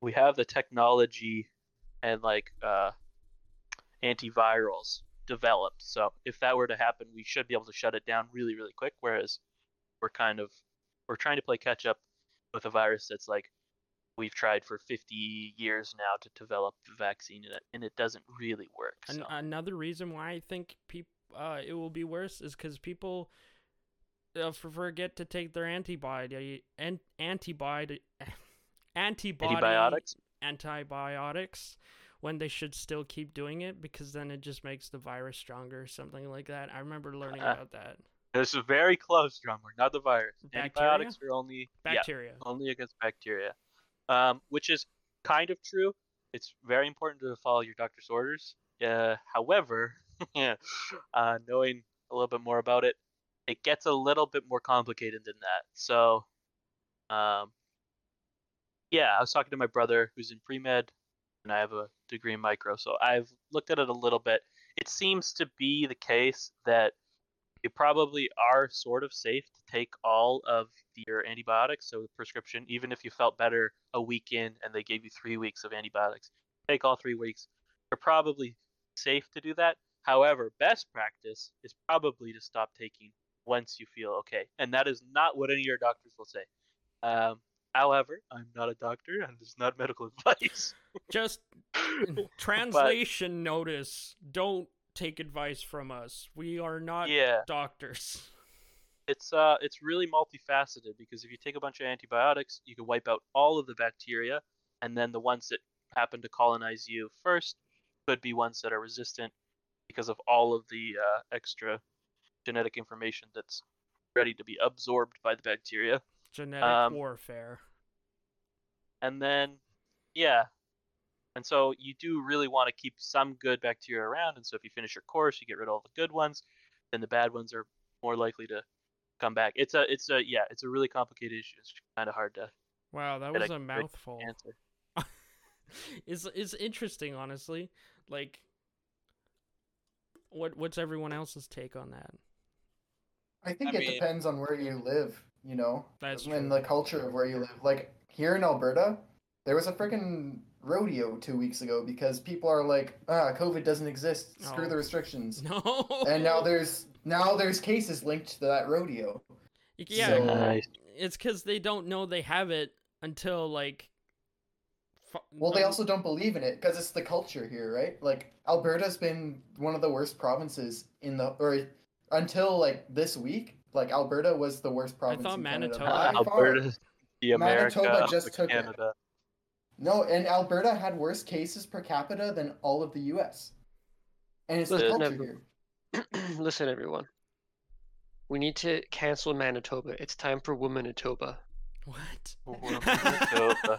we have the technology and like uh, antivirals developed. So if that were to happen, we should be able to shut it down really, really quick. Whereas we're kind of we're trying to play catch up with a virus that's like we've tried for 50 years now to develop the vaccine and it, and it doesn't really work.
An-
so.
another reason why I think peop- uh, it will be worse is because people uh, f- forget to take their antibody an- antibody <laughs> antibody
Antibiotics.
antibiotics when they should still keep doing it because then it just makes the virus stronger or something like that. I remember learning
Uh,
about that.
This is very close, drummer. Not the virus.
Bacteria?
Antibiotics are only yeah,
Bacteria.
only against bacteria, um, which is kind of true. It's very important to follow your doctor's orders. Uh, however, <laughs> uh, knowing a little bit more about it, it gets a little bit more complicated than that. So, um, yeah, I was talking to my brother who's in pre med, and I have a degree in micro, so I've looked at it a little bit. It seems to be the case that you probably are sort of safe to take all of your antibiotics, so the prescription, even if you felt better a week in and they gave you three weeks of antibiotics, take all three weeks. You're probably safe to do that. However, best practice is probably to stop taking once you feel okay. And that is not what any of your doctors will say. Um, however, I'm not a doctor and this is not medical <laughs> advice. <coughs>
Just <clears throat> translation notice. Don't take advice from us. We are not
yeah.
doctors. <laughs>
it's uh it's really multifaceted because if you take a bunch of antibiotics, you can wipe out all of the bacteria, and then the ones that happen to colonize you first could be ones that are resistant because of all of the uh, extra genetic information that's ready to be absorbed by the bacteria.
Genetic
Um,
warfare.
And then, yeah. And so you do really want to keep some good bacteria around. And so if you finish your course, you get rid of all the good ones, then the bad ones are more likely to come back. It's a, it's a, yeah, it's a really complicated issue. It's kind of hard to
Wow, that
that I
was a
could
mouthful. <laughs>
answer.
is is interesting, honestly. Like, what what's everyone else's take on that? <laughs>
I think
I
it
mean-
depends on where you live, you know,
That's
and
true.
the culture of where you live. Like here in Alberta, there was a freaking rodeo two weeks ago because people are like, ah, COVID doesn't exist. Screw
Oh.
the restrictions.
No.
And now there's now there's cases linked to that rodeo.
Y- <laughs> yeah,
So-
Nice.
it's because they don't know they have it until like. fu-
Well, they
un-
also don't believe in it because it's the culture here, right? Like Alberta's been one of the worst provinces in the or until like this week. Like Alberta was the worst province.
thought
in Canada
Manitoba-
by far.
Alberta, the America,
Manitoba just
the
took it. <laughs>
Canada.
No, and Alberta had worse cases per capita than all of the U.S. And it's the
Listen,
culture
everyone-
here.
<clears throat> Listen, everyone. We need to cancel Manitoba. It's time for Womanitoba.
<laughs> What? <laughs>
Manitoba.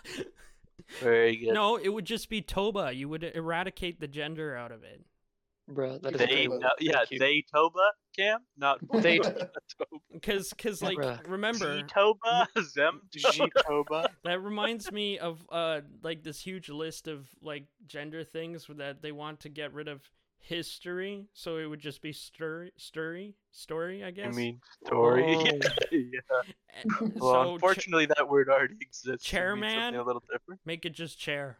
Very good.
no, it would just be Toba. You would eradicate the gender out of it.
Bro, that is
They-
They,
incredible.
no, yeah,
Thank you.
they Toba, Cam, not
They-
<laughs>
Because, because, like,
Bruh.
remember
Toba, Zem,
<laughs> Jitoba.
that reminds me of uh, like this huge list of like gender things that they want to get rid of history, so it would just be stir, story, story, I guess.
I mean, story. <laughs>
<laughs>
<laughs>
Oh.
yeah.
And
Well,
so cha-
unfortunately, that word already exists. and means
Chairman?
Something a little different.
make it just chair.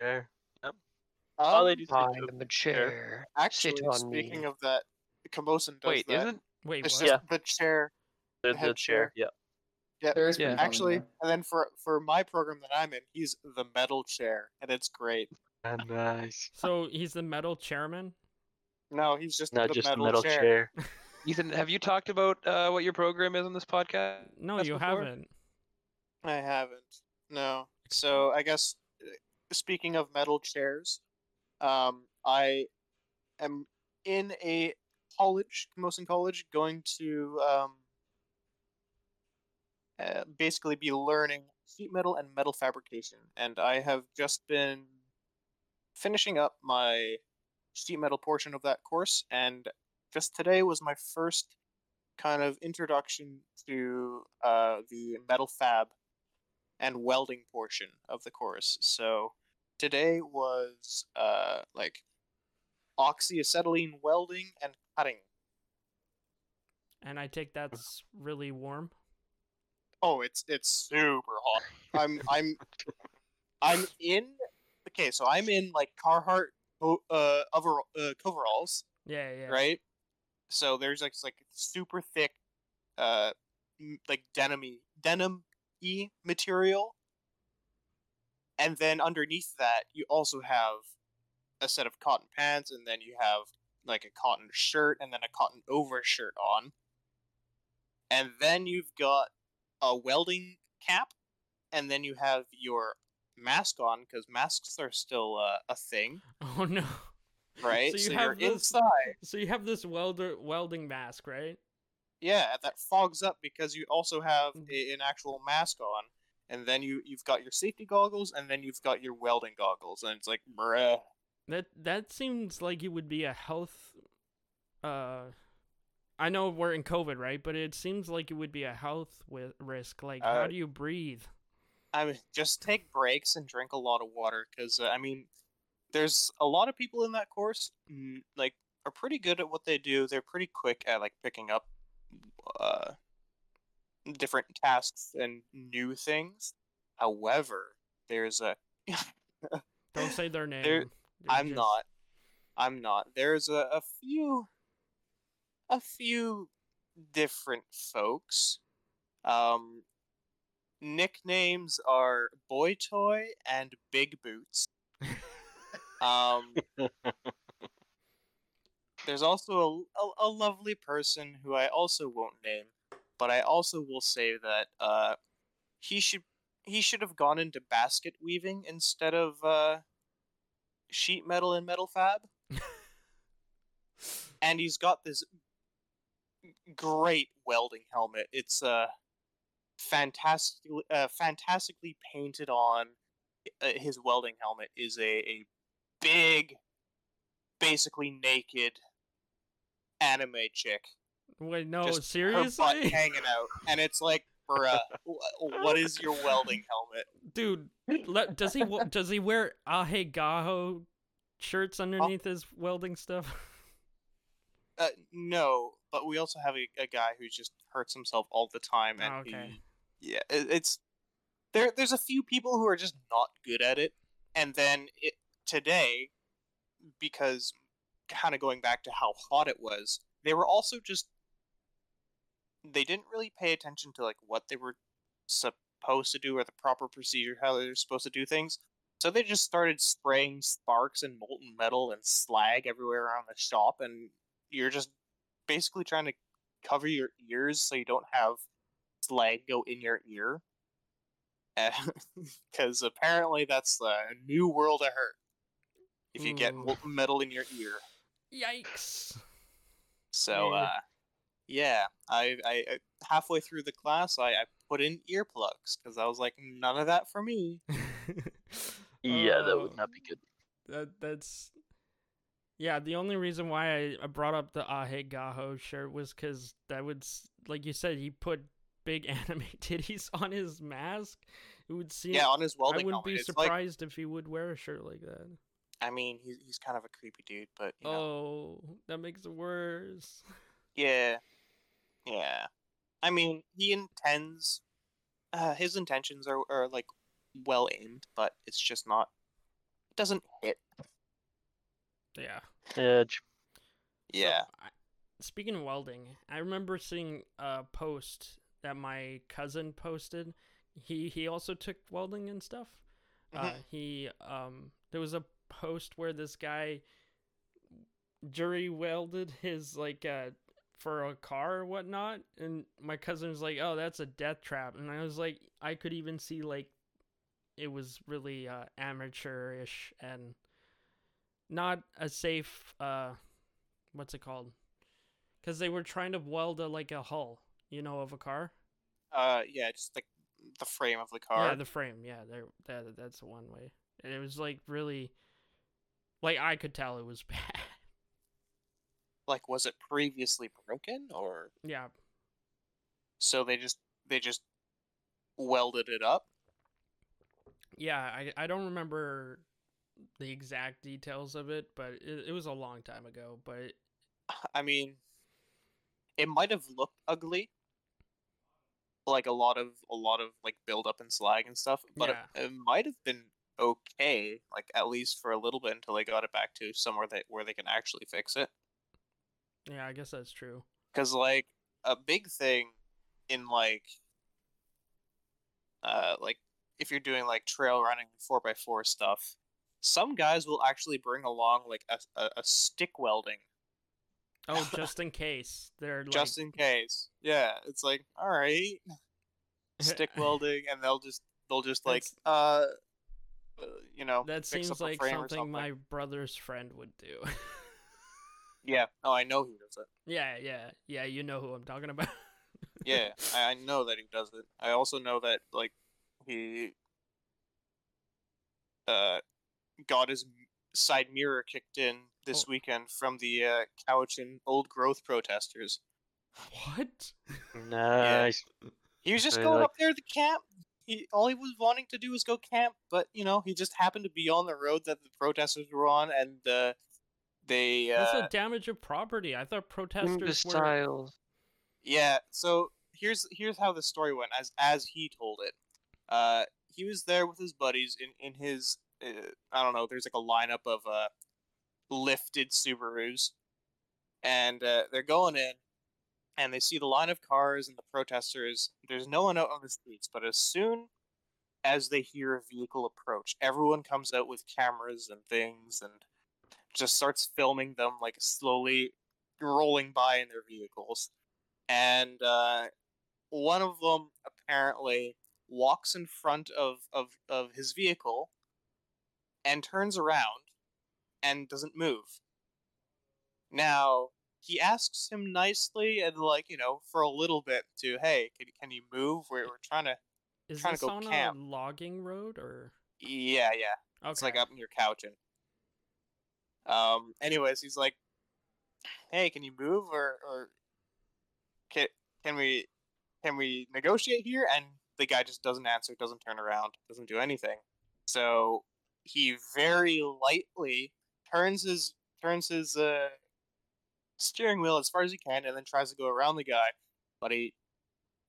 There. <laughs> All they
Um,
do is say
I
Toba.
am a chair.
actually,
Sit on
speaking
me.
of that, Kamosin does
Wait,
that.
isn't
Wait,
It's
what?
just
Yeah.
the chair.
The,
head
the chair.
chair.
Yeah.
<laughs> There is pretty
Yeah.
funny,
Actually,
yeah.
and then for for my program that I'm in, he's the metal chair, and it's great.
Ah, nice.
So he's the metal chairman.
No, he's just
Not
the
just
metal,
metal
chair.
chair.
Ethan? Have you talked about uh, what your program is on this podcast?
No,
That's
you
before?
haven't.
I haven't. No. So I guess uh, speaking of metal chairs, um, I am in a college, Mosin College, going to um, uh, basically be learning sheet metal and metal fabrication, and I have just been finishing up my sheet metal portion of that course, and just today was my first kind of introduction to uh, the metal fab and welding portion of the course. So today was uh, like oxyacetylene welding and cutting.
And I take that's really warm.
Oh, it's it's super hot. I'm I'm I'm in. Okay, so I'm in like Carhartt o- uh, overall, uh coveralls,
Yeah, yeah.
right? So there's like s- like super thick, uh, m- like denim denim e material, and then underneath that you also have a set of cotton pants, and then you have like a cotton shirt, and then a cotton overshirt on, and then you've got a welding cap, and then you have your mask on because masks are still uh, a thing,
<laughs> Oh no. <laughs>
right?
So you
so
have
you're
this-
inside.
So you have this welder welding mask, right?
Yeah, and that fogs up because you also have
Mhm.
a, an actual mask on, and then you you've got your safety goggles, and then you've got your welding goggles, and it's like, bruh.
That that seems like it would be a health. Uh, I know we're in COVID, right? But it seems like it would be a health with risk. Like, how
Uh,
do you breathe?
I mean, just take breaks and drink a lot of water, because uh, I mean, there's a lot of people in that course, mm, like, are pretty good at what they do. They're pretty quick at like picking up, uh, different tasks and new things. However, there's a
Don't say their name.
There-
You're
I'm
just-
not. I'm not. There's a, a few, a few different folks. Um, nicknames are Boy Toy and Big Boots. Um, there's also a, a, a lovely person who I also won't name, but I also will say that uh, he should he should have gone into basket weaving instead of uh, sheet metal and metal fab. and he's got this great welding helmet. It's uh fantastically uh, fantastically painted on. Uh, his welding helmet is a, a big, basically naked anime chick.
Wait, no,
Just Her
Oh,
butt
seriously,
hanging out, and it's like,
<laughs>
bruh, wh- what is your welding helmet?
<laughs> dude. le- does he
<laughs>
wa- does he wear ahegaho shirts underneath his welding stuff?
Uh, no, but we also have a, a guy who just hurts himself all the time, and
Oh, okay.
he, yeah, it, it's there. There's a few people who are just not good at it, and then it, today, because kind of going back to how hot it was, they were also just they didn't really pay attention to like what they were supposed to do or the proper procedure how they're supposed to do things. So they just started spraying sparks and molten metal and slag everywhere around the shop, and you're just basically trying to cover your ears so you don't have slag go in your ear. <laughs> Because apparently that's a new world of hurt if you get
Ooh.
molten metal in your ear.
<laughs> Yikes!
So,
Yeah.
uh, yeah, I, I I- halfway through the class I, I put in earplugs because I was like, none of that for me.
Yeah, that
Oh.
would not be good.
That that's Yeah, the only reason why I- I brought up the Ahe Gaho shirt was because that would, s- like you said, he put big <laughs> anime titties on his mask. It would seem.
Yeah, on his
I
welding
wouldn't
helmet.
be
it's like-
surprised if he would wear a shirt like that.
I mean, he's he's kind of a creepy dude, but you know.
Oh, that makes it worse. <laughs>
yeah, yeah. I mean, he intends. Uh, his intentions are are like well aimed, but it's just not. It doesn't hit.
Yeah.
Edge.
So,
Yeah.
I- speaking of welding, I remember seeing a post that my cousin posted. He he also took welding and stuff. Uh,
Mhm.
he um there was a post where this guy jury welded his like uh for a car or whatnot and my cousin was like oh that's a death trap and i was like i could even see like it was really uh amateurish and not a safe uh what's it called because they were trying to weld a like a hull you know of a car
<laughs> Uh, yeah, just like the frame of the car.
yeah the frame yeah there that, that's the one way and it was like really like i could tell it was <laughs> bad
Like, was it previously broken, or
yeah
so they just they just welded it up?
yeah i i don't remember the exact details of it but it, it was a long time ago but it,
I mean, it might have looked ugly, like a lot of a lot of like build up and slag and stuff, but it- it, might have been okay, like at least for a little bit until they got it back to somewhere that where they can actually fix it.
yeah i guess that's true
Because like a big thing in like uh like if you're doing like trail running four by four stuff, some guys will actually bring along like a a, a stick welding
<laughs> oh just in case they're like,
just in case. Yeah, it's like
<laughs>
all right, stick welding, and they'll just they'll just like
That's-
uh, uh, you know,
that
fix
seems
up a
like
frame or
something, my brother's friend would do <laughs>
yeah. Oh, I know he does it.
yeah yeah yeah you know who i'm talking about
Yeah, I, I know that he does it. I also know that like he uh got his m- side mirror kicked in this
Oh.
weekend from the uh, couch and old growth protesters.
<laughs> what
Nice.
He was just
They,
going
like-
up there to camp. He all he was wanting to do was go camp, but you know he just happened to be on the road that the protesters were on, and uh, they uh,
That's a damage of property. I thought protesters were.
Styles.
yeah. So here's here's how the story went as as he told it. Uh, he was there with his buddies in in his uh, I don't know. There's like a lineup of uh, lifted Subarus, and uh, they're going in, and they see the line of cars and the protesters. There's no one out on the streets, but as soon as they hear a vehicle approach, everyone comes out with cameras and things and just starts filming them like slowly rolling by in their vehicles. And uh, one of them apparently walks in front of, of, of his vehicle and turns around and doesn't move. Now, he asks him nicely and like, you know, for a little bit to, hey, can, can you move? We're, we're trying to
Is
trying to
this
go
on
camp.
a logging road or?
Yeah, yeah.
Okay.
It's like up in your couch and um anyways, he's like, Hey, can you move or or can can we can we negotiate here? And the guy just doesn't answer, doesn't turn around, doesn't do anything. So he very lightly turns his turns his uh steering wheel as far as he can and then tries to go around the guy, but he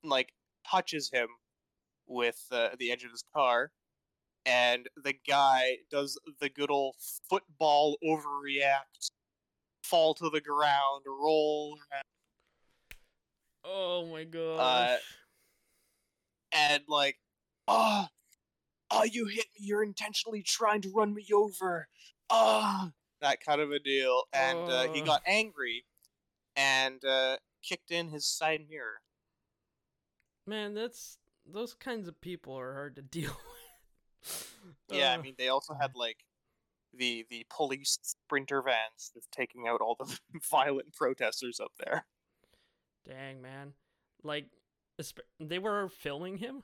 like touches him with uh, the edge of his car and the guy does the good old football overreact, fall to the ground, roll,
oh
uh,
my gosh.
and like, ah, ah, you hit me. You're intentionally trying to run me over. Ah, that kind of a deal. And uh, he
Ugh.
got angry and uh, kicked in his side mirror.
Man, that's those kinds of people are hard to deal <laughs> with.
Yeah, I
Uh,
mean they also had like the the police sprinter vans just taking out all the <laughs> violent protesters up there.
Dang man, like esp- they were filming him.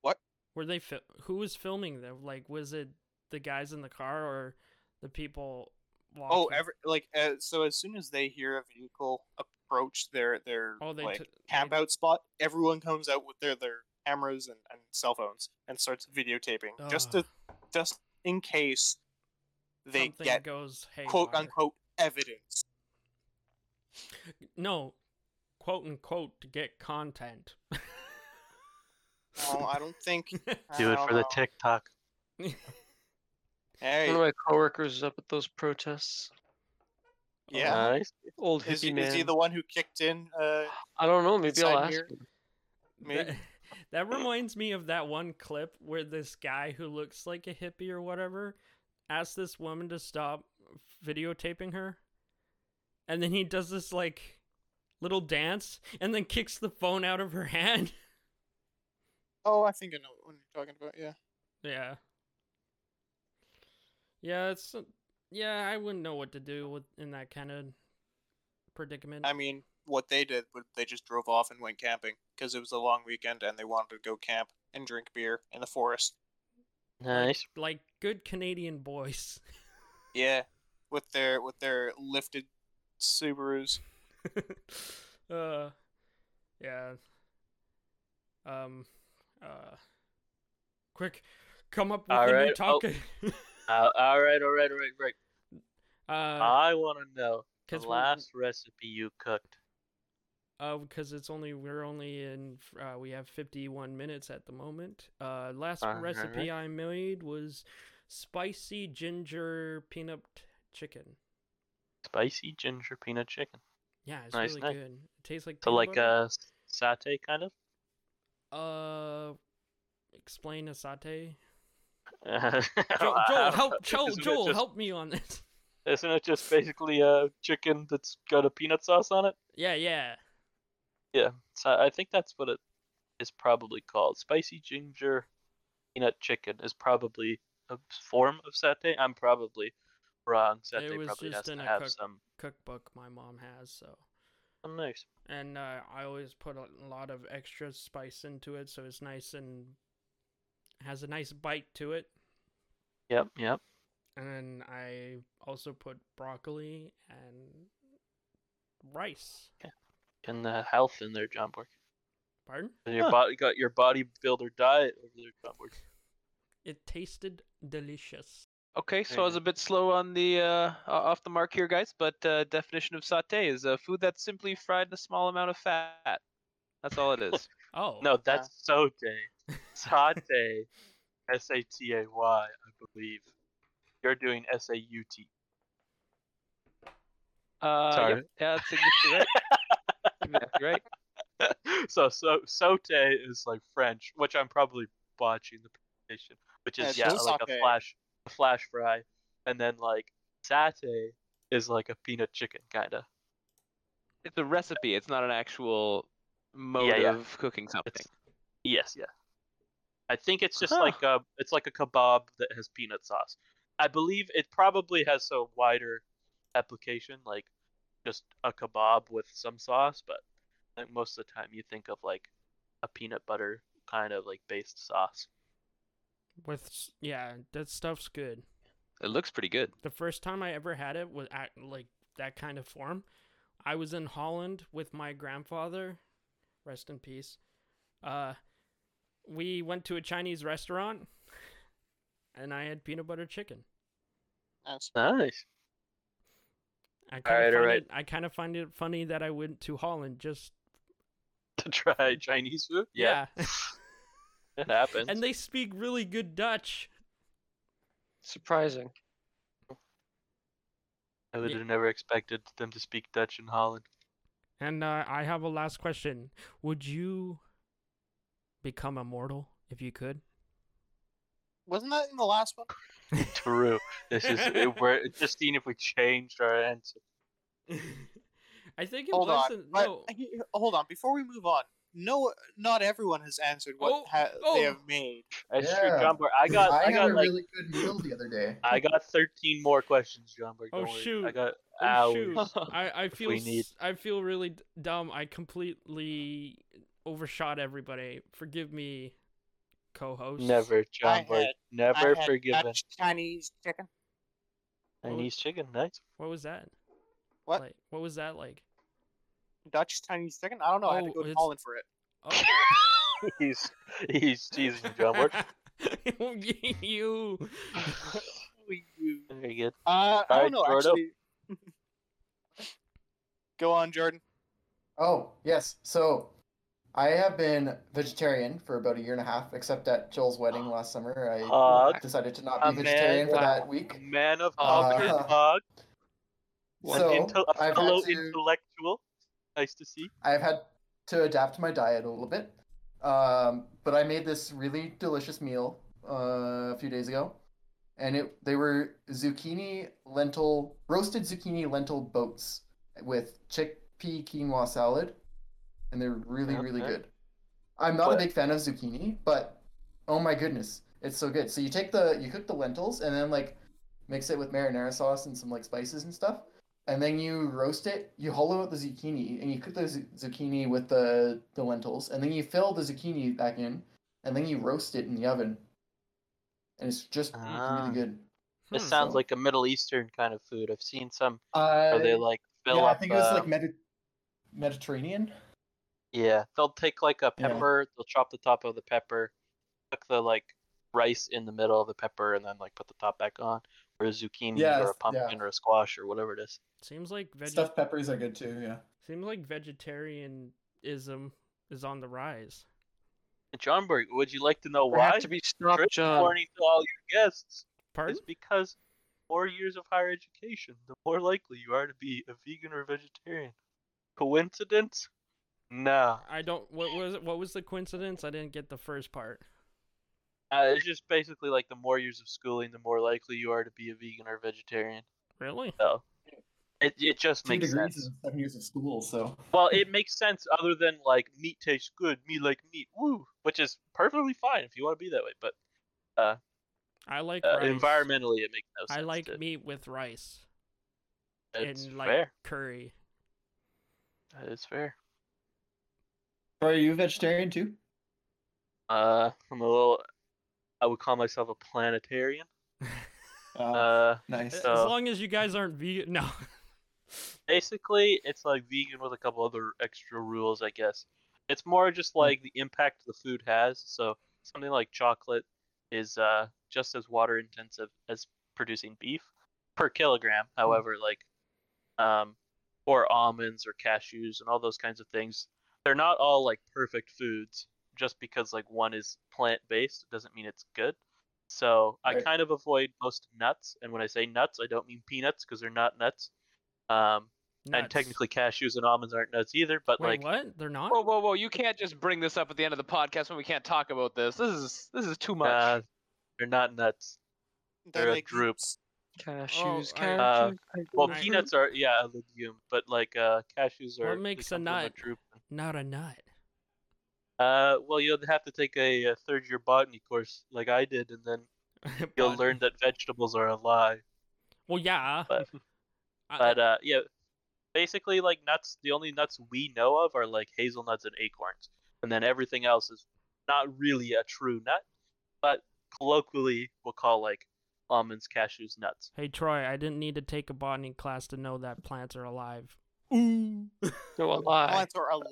What?
Were they? Fi- who was filming them? Like, was it the guys in the car or the people law
Oh,
enforcement-
every like uh, so as soon as they hear a vehicle approach their their
Oh, they
like
t- they-
camp out spot, everyone comes out with their their cameras and, and cell phones and starts videotaping just to
Ugh.
just in case they
something
get
goes haywire.
quote unquote evidence.
No, quote unquote to get content. <laughs>
No, I don't think. I
<laughs> Do it
don't
for the
know.
TikTok.
One of
Hey,
my coworkers is up at those protests.
Yeah.
Nice.
Old hippie
is he,
man.
is he the one who kicked in?
<sighs>
Uh,
I don't know. Maybe I'll
side
ask.
mirror?
him.
maybe.
That, <laughs> that reminds me of that one clip where this guy who looks like a hippie or whatever asks this woman to stop videotaping her. And then he does this like little dance and then kicks the phone out of her <laughs> hand.
Oh, I think I know what you're talking about. Yeah.
Yeah. Yeah, it's yeah, I wouldn't know what to do with in that kind of predicament.
I mean, what they did was they just drove off and went camping because it was a long weekend and they wanted to go camp and drink beer in the forest.
Nice.
like good Canadian boys. <laughs>
Yeah, with their with their lifted Subarus.
<laughs> uh yeah. Um uh quick come up with
All
a new
right, oh.
topic. <laughs>
Uh, all right, all right, all right, right.
uh
I want to know Ah, the
'cause we're-
last recipe you cooked.
uh because it's only we're only in uh, we have 51 minutes at the moment. Uh last
All
recipe
Uh-huh.
I made was spicy ginger peanut chicken.
Spicy ginger peanut chicken.
Yeah, it's
Nice,
really
nice.
good. It tastes like
So
peanut
like
butter.
a s- satay kind of. <laughs>
Uh, explain a
<laughs>
saute.
Joel,
Joel, Joel,
<laughs>
help! Joel, Joel, help me on this.
Isn't it just basically a chicken that's got a peanut sauce on it?
Yeah, yeah.
Yeah. So I think that's what it is probably called. Spicy ginger peanut chicken is probably a form of satay. I'm probably wrong. Satay
was
probably
just
has
in
to
a
have
cook-
some.
Cookbook my mom has so,
Oh, nice.
and uh, I always put a lot of extra spice into it, so it's nice and has a nice bite to it.
Yep. Yep.
And I also put broccoli and rice.
And the health in there, John Bork.
Pardon?
And your Huh. body got your bodybuilder diet over there, John Bork.
It tasted delicious.
Okay, so I was
Yeah.
a bit slow on the uh, o- off the mark here, guys. But uh, definition of satay is a food that's simply fried in a small amount of fat. That's all it <laughs> is.
Oh
No, that's satay. Satay. S A T A Y, I believe. You're doing S A U T.
Uh,
Sorry.
yep, yeah, that's exactly right. exactly right.
<laughs> so so saute is like French, which I'm probably botching the pronunciation, which
Yeah,
is
it's
yeah,
just
like
sauté.
a flash a flash fry, and then like satay is like a peanut chicken kinda.
It's a recipe. It's not an actual mode
yeah.
of cooking something.
It's, yes, yeah. I think it's just
Huh.
like a it's like a kebab that has peanut sauce. I believe it probably has a wider application, like just a kebab with some sauce, but I think most of the time you think of like a peanut butter kind of like based sauce.
<laughs> with s- yeah, that stuff's good.
It looks pretty good.
The first time I ever had it was at like that kind of form. I was in Holland with my grandfather, rest in peace. Uh, we went to a Chinese restaurant, and I had peanut butter chicken.
That's-
Nice.
I kind
Alright,
of find
alright.
it. I kind of find it funny that I went to Holland just
<laughs> To try Chinese food?
Yeah.
it happens.
and they speak really good Dutch.
Surprising.
I would have never expected them to speak Dutch in Holland.
And uh, I have a last question: Would you become immortal if you could?
Wasn't that in the last one?
True. This is <laughs> it, we're just seeing if we changed our answer.
<laughs> I think it
Hold
was
on.
in-
but-
no.
he- hold on. Before we move on, no, not everyone has answered what
Oh,
ha-
oh.
they have made.
That's true,
Yeah.
John Borg. I got I,
I, had
got
a
like
really good meal the other day.
I got thirteen more questions, John Borg.
Oh,
don't worry. I
shoot.
got
Oh,
hours.
shoot.
<laughs>
I, I feel
we need-
s- I feel really d- dumb. I completely overshot everybody. Forgive me, co-host.
Never, John Borg.
had-
Never
I had
forgiven.
Dutch Chinese chicken.
Chinese chicken, nice.
What was that?
What?
Like, what was that
<laughs>
like?
Dutch Chinese chicken? I don't know. I had
Oh,
to go to
it's-
Holland for it.
Oh.
<laughs> He's he's teasing you, <laughs> John Borg.
<laughs> you.
Very good.
Uh, I
Alright,
don't know,
Jordan.
actually. <laughs> go on, Jordan.
Oh, yes. So I have been vegetarian for about a year and a half, except at Joel's wedding last summer. I
Hog.
decided to not
A
be
Uh, man.
vegetarian for that
A
week.
man of Uh-huh.
Uh,
hob and hog,
One
so
intel- a
I've
fellow
had to,
intellectual. Nice to see.
I've had to adapt my diet a little bit. Um, but I made this really delicious meal uh, a few days ago, and it they were zucchini lentil roasted zucchini lentil boats with chickpea quinoa salad, and they're really really
Okay.
good. I'm not
What-
a big fan of zucchini, but oh my goodness, it's so good. So you take the you cook the lentils and then like mix it with marinara sauce and some like spices and stuff, and then you roast it. You hollow out the zucchini and you cook the zu- zucchini with the the lentils, and then you fill the zucchini back in, and then you roast it in the oven, and it's just
Ah.
really good.
This
Hmm.
sounds
So-
like a Middle Eastern kind of food. I've seen some
Uh,
where they like fill
yeah, I
up.
think it was
uh,
like Medi- Mediterranean.
Yeah, they'll take like a
Yeah.
pepper. They'll chop the top of the pepper, cook the like rice in the middle of the pepper, and then like put the top back on, or a zucchini,
Yeah,
or a
it's-
pumpkin, or a squash, or whatever it is.
Seems like veg-
Stuffed peppers are good too. Yeah.
seems like vegetarianism is on the rise.
And John Berg, would you like to know
I
why?
have to be stopped,
Trigger
John.
warning to all your guests
Pardon?
is because more years of higher education, the more likely you are to be a vegan or vegetarian. Coincidence? No.
I don't. What was what was the coincidence? I didn't get the first part.
Uh, it's just basically like the more years of schooling, the more likely you are to be a vegan or vegetarian.
Really?
So it it just makes
Two degrees
sense.
and seven years of school, so
Well, it makes sense other than like meat tastes good, me like meat, woo, which is perfectly fine if you want to be that way. But
I like
uh,
rice.
environmentally, it makes no sense.
I like
to-
meat with rice
It's
and like
fair.
curry.
That is fair.
are you vegetarian too?
Uh, I'm a little. I would call myself a planetarian. Uh,
Oh, nice.
As
so-
long as you guys aren't vegan, <laughs> no.
basically, it's like vegan with a couple other extra rules, I guess. It's more just like the impact the food has. So something like chocolate is uh, just as water intensive as producing beef per kilogram. However, like um, or almonds or cashews and all those kinds of things, they're not all like perfect foods. Just because like one is plant based doesn't mean it's good. So I
Right.
kind of avoid most nuts, and when I say nuts, I don't mean peanuts because they're not nuts. Um, and
Nuts.
technically cashews and almonds aren't nuts either but
Wait,
like
what? They're not.
Whoa, whoa, whoa! You can't just bring this up at the end of the podcast when we can't talk about this. This is this is too much. <laughs>
uh, <laughs> they're not nuts They're a
like
droop.
groups.
Cashews,
I-
cashews.
Uh, well
Right.
peanuts are yeah a legume but like uh cashews
What
are
makes a
they come from
nut?
drupe.
Not a nut.
uh well you'll have to take a, uh third year botany course like i did and then you'll
But-
learn that vegetables are alive
Well, yeah.
But-
<laughs> I-
but uh yeah basically like nuts the only nuts we know of are like hazelnuts and acorns and then everything else is not really a true nut but colloquially we'll call like almonds cashews nuts
hey Troy, I didn't need to take a botany class to know that plants are alive. Ooh.
No, a lie.
Plants are alive.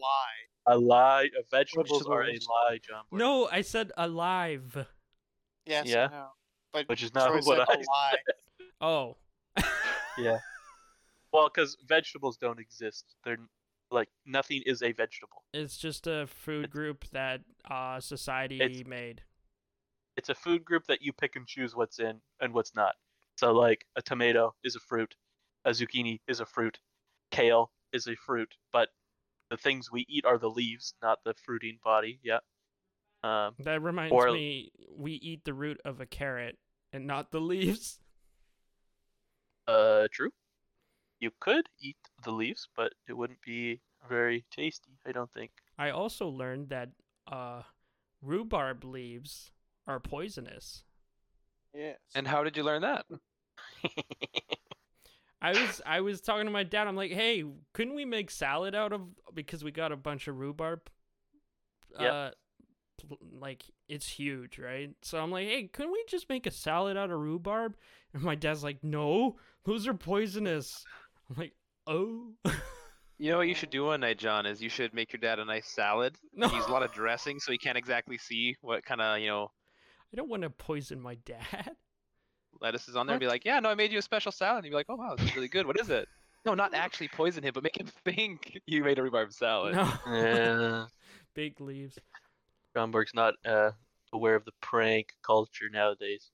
A lie. A vegetables are a
Vegetables.
lie, John. Boy,
no, I said alive.
Yes,
Yeah.
I know. But
Which is not
Troy
<laughs> what
said
I
a lie.
Oh.
Well, because vegetables don't exist. They're like nothing is a vegetable.
It's just a food
It's-
group that uh society
It's-
made.
It's a food group that you pick and choose what's in and what's not. So, like a tomato is a fruit, a zucchini is a fruit, kale is a fruit, but the things we eat are the leaves, not the fruiting body. Yeah. Um,
That reminds
Or-
me we eat the root of a carrot and not the <laughs> leaves.
Uh, true. You could eat the leaves, but it wouldn't be very tasty. I don't think.
I also learned that uh rhubarb leaves are poisonous.
Yes.
and how did you learn that?
I was I was talking to my dad. I'm like, "Hey, couldn't we make salad out of because we got a bunch of rhubarb
Yep.
uh pl- like it's huge, right? So I'm like, hey, couldn't we just make a salad out of rhubarb? And my dad's like, no, those are poisonous. I'm like, oh, <laughs>
You know what you should do one night, John, is you should make your dad a nice salad.
no,
Use a lot of dressing so he can't exactly see what kind of, you know,
I don't want to poison my dad.
lettuce is on there and be like, yeah, no, I made you a special salad. And you'd be like, oh, wow, this is really good. What is
<laughs>
it? No, not actually poison him, but make him <laughs> think you made a rhubarb salad.
No,
Yeah.
<laughs> big leaves.
John Borg's not uh, aware of the prank culture nowadays.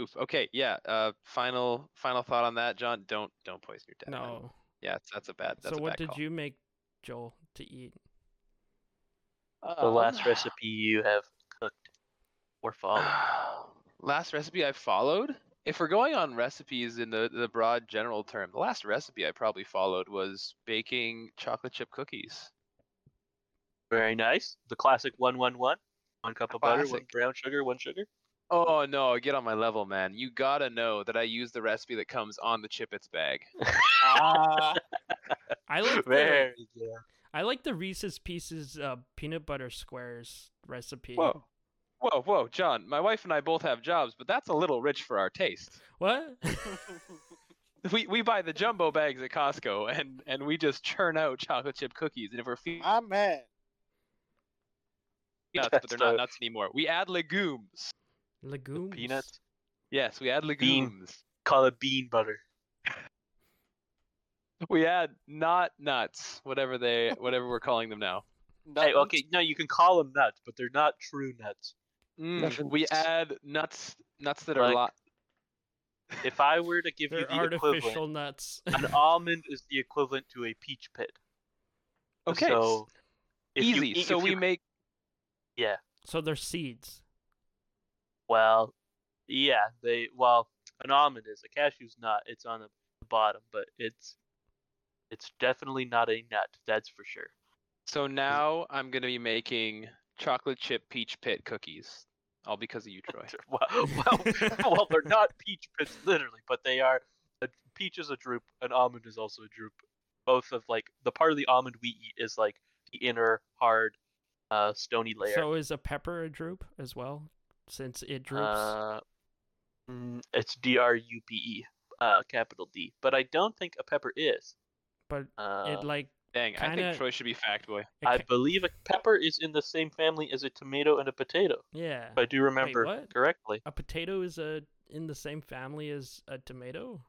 Oof. Okay, yeah. Uh, final final thought on that, John. Don't don't poison your dad. man.
No.
Yeah, it's- that's a bad. That's
So
a
what
bad
did
call.
you make, Joel, to eat?
The last
Um,
recipe you have cooked or followed.
<sighs> last recipe I followed. If we're going on recipes in the the broad general term, the last recipe I probably followed was baking chocolate chip cookies.
Very nice. The classic one one one. One cup of butter, one
Classic.
brown sugar, one sugar.
Oh no, get on my level, man. You gotta know that I use the recipe that comes on the Chippets bag.
Ah,
I
<laughs>
<laughs>
like the,
Very good.
I like the Reese's Pieces uh, peanut butter squares recipe.
Whoa. Whoa, whoa, John. My wife and I both have jobs, but that's a little rich for our taste.
<laughs>
What?
We we buy the jumbo bags at Costco and and we just churn out chocolate chip cookies. And if we're feeding
I'm mad.
nuts, but
That's
they're not
dope.
nuts anymore, we add legumes.
Legumes.
Peanuts.
Yes, we add legumes.
Call it bean butter.
We add not nuts, whatever they whatever we're calling them now.
Hey, okay, no, you can call them nuts, but they're not true nuts.
Mm,
Nothing
we
nuts.
add nuts nuts that are
Like-
lot.
If I were to give you
They're
the equivalent,
artificial nuts. <laughs>
an almond is the equivalent to a peach pit.
Okay, s-
So if you
easy.
eat-
so
if
we
you-
make
so they're seeds.
well, yeah, they well, an almond is a cashew's not. It's on the bottom, but it's it's definitely not a nut. That's for sure. <laughs>
so now I'm gonna be making chocolate chip peach pit cookies, all because of you, Troy.
Well,
<laughs>
well, well, they're not peach pits literally, but they are. A peach is a drupe. An almond is also a drupe. Both of like the part of the almond we eat is like the inner hard, uh, stony layer.
So is a pepper a droop as well? Since it droops.
Uh, mm, it's D R U P E, uh, capital D. But I don't think a pepper is.
but
Uh,
it like
Dang, I
kinda-
think Troy should be fact boy.
it
I
ca-
believe a pepper is in the same family as a tomato and a potato.
yeah.
If I do remember
what?
correctly,
a potato is a in the same family as a tomato?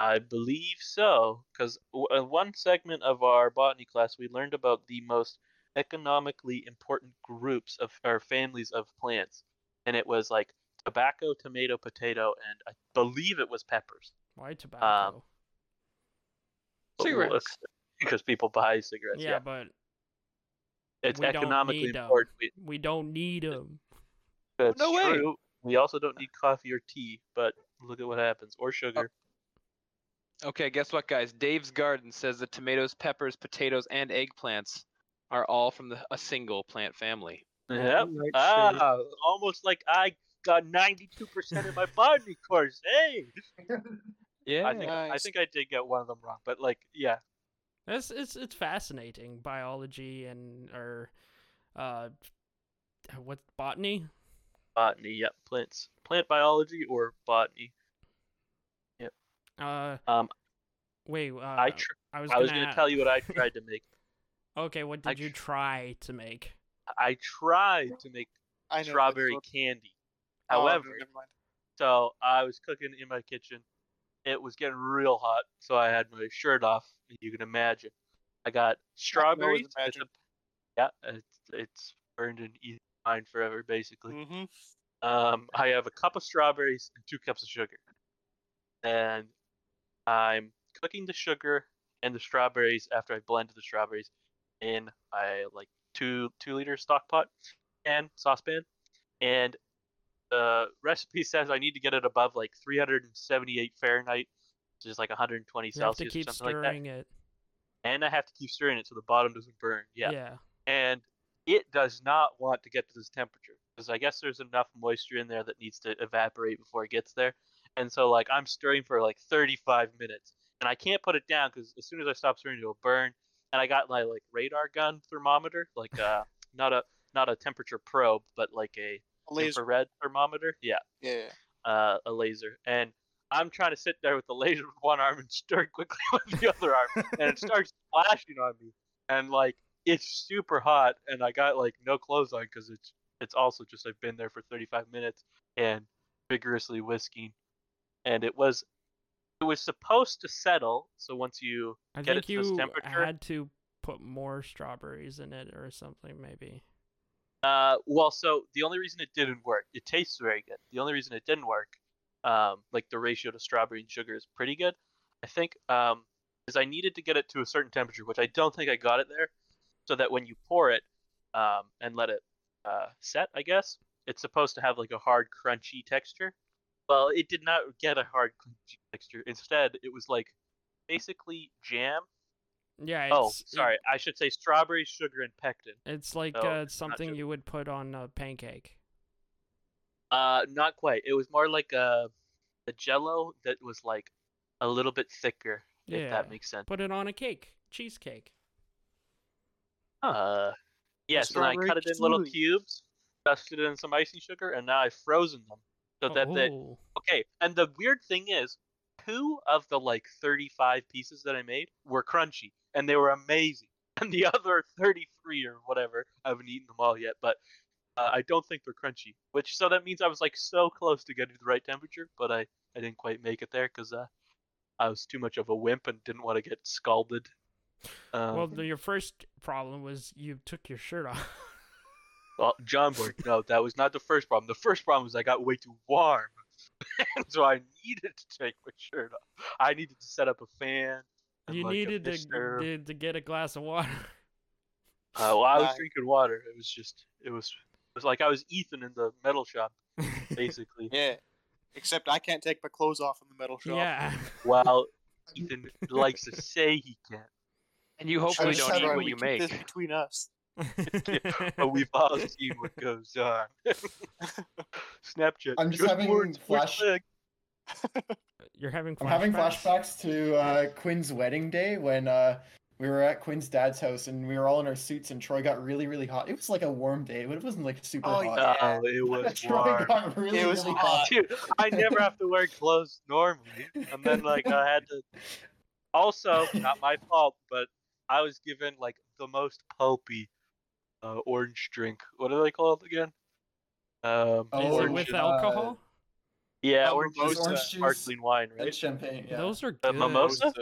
I believe so. Because w- in one segment of our botany class, we learned about the most economically important groups of or families of plants, and it was like tobacco, tomato, potato, and I believe it was peppers.
Why
Um,
tobacco?
But we'll-
Cigarettes.
<laughs> Because people buy cigarettes.
yeah,
yeah.
but
it's
we don't
economically
need 'em.
important. We,
we don't need them.
that's
no way.
true. We also don't need coffee or tea, but look at what happens. Or sugar.
Okay, guess what, guys? Dave's Garden says that tomatoes, peppers, potatoes, and eggplants are all from the, a single plant family.
Yep.
Right, sugar.
Ah, almost like I got 92% in my botany course. Hey,
<laughs>
Yeah,
I think I
Nice.
think I did get one of them wrong, but like, yeah,
It's it's it's fascinating biology and or uh what botany?
botany. Yep, plants, plant biology or botany.
Uh
Um,
wait, uh,
I tr-
I was
I was
gonna
gonna
ask- <laughs>
tell you what I tried to make.
Okay, what
I
did you try to make?
I tried to make
I know that's
strawberry
what-
candy.
oh,
However,
never mind.
So I was cooking in my kitchen. It was getting real hot, so I had my shirt off. You can imagine. I got strawberries. It's
imagine.
a- yeah, it's, it's burned in Ethan's mind forever, basically.
Mm-hmm.
Um, I have a cup of strawberries and two cups of sugar, and I'm cooking the sugar and the strawberries after I blended the strawberries in my like two two liter stock pot and saucepan, and the recipe <laughs> says I need to get it above like 378 Fahrenheit, which is like 120
You have to
Celsius
keep
or something like
stirring it.
that, and I have to keep stirring it so the bottom doesn't burn. Yeah
yeah.
and it does not want to get to this temperature because I guess there's enough moisture in there that needs to evaporate before it gets there. And so, like, I'm stirring for like 35 minutes, and I can't put it down because as soon as I stop stirring, it'll burn. And I got my like radar gun thermometer, like uh, not a not a temperature probe, but like a
Laser.
infrared thermometer. Yeah,
Yeah.
uh, a laser, and I'm trying to sit there with the laser with one arm and stir quickly <laughs> with the other arm, and it starts flashing on me, and like it's super hot, and I got like no clothes on because it's it's also just I've been there for 35 minutes and vigorously whisking, and it was it was supposed to settle, so once you
I
Get it
think
to this
you
temperature?
had to put more strawberries in it or something, maybe.
Uh, well, so the only reason it didn't work, it tastes very good. The only reason it didn't work, um, like the ratio to strawberry and sugar is pretty good. I think, um, is I needed to get it to a certain temperature, which I don't think I got it there, so that when you pour it, um, and let it, uh, set, I guess it's supposed to have like a hard, crunchy texture. Well, it did not get a hard, crunchy texture. Instead, it was like basically jam.
Yeah. It's,
Oh,
it-
sorry, I should say strawberry, sugar, and pectin.
it's like
Oh,
uh,
it's not
something
sugar.
you would put on a pancake.
Uh, not quite. It was more like a a Jello that was like a little bit thicker, if
Yeah.
that makes sense.
Put it on a cake, cheesecake.
Uh, yes. And I
strawberry
cut it in little
kiwi.
cubes, dusted it in some icing sugar, and now I've frozen them so that they
Oh,
okay. And the weird thing is, two of the like thirty-five pieces that I made were crunchy, and they were amazing. <laughs> And the other thirty-three or whatever, I haven't eaten them all yet, but. Uh, I don't think they're crunchy, which so that means I was like so close to getting to the right temperature, but I I didn't quite make it there because uh, I was too much of a wimp and didn't want to get scalded. Um,
well,
well,
the, your first problem was you took your shirt off. <laughs>
Oh, John Boy, no, that was not the first problem. The first problem was I got way too warm, <laughs> and so I needed to take my shirt off. I needed to set up a fan. and,
you
like, a
needed to,
mister.
to to get a glass of water. <laughs>
Uh, well, I was
Right.
drinking water. It was just, it was, it was like I was Ethan in the metal shop,
<laughs>
basically.
Yeah. Except I can't take my clothes off in the metal shop.
yeah. <laughs>
While Ethan likes to say he can't.
And you
I
hopefully
just
don't
said,
eat
right,
what
we
you
keep
make.
This between us.
<laughs> but we've all seen what goes on. <laughs> Snapchat.
I'm just having
words, we're
flash-
sick.
You're having flashbacks.
I'm having flashbacks to uh, Quinn's wedding day when uh, we were at Quinn's dad's house and we were all in our suits and Troy got really, really hot. It was like a warm day, but it wasn't like super
Oh,
hot.
yeah.
Oh, it
<laughs>
was
Troy
warm.
got really,
It was
really
hot.
hot.
<laughs> Dude, I never
<laughs>
have to wear clothes normally, and then like I had to. Also, not my fault, but I was given like the most pulpy uh, orange drink. What are they called again? Um,
Oh,
Is it
orange,
with
uh,
alcohol?
yeah,
Oh,
orange,
mimosa.
juice, and
Orange juice
sparkling wine, right?
And champagne. Yeah.
Those are
Uh,
good.
mimosa?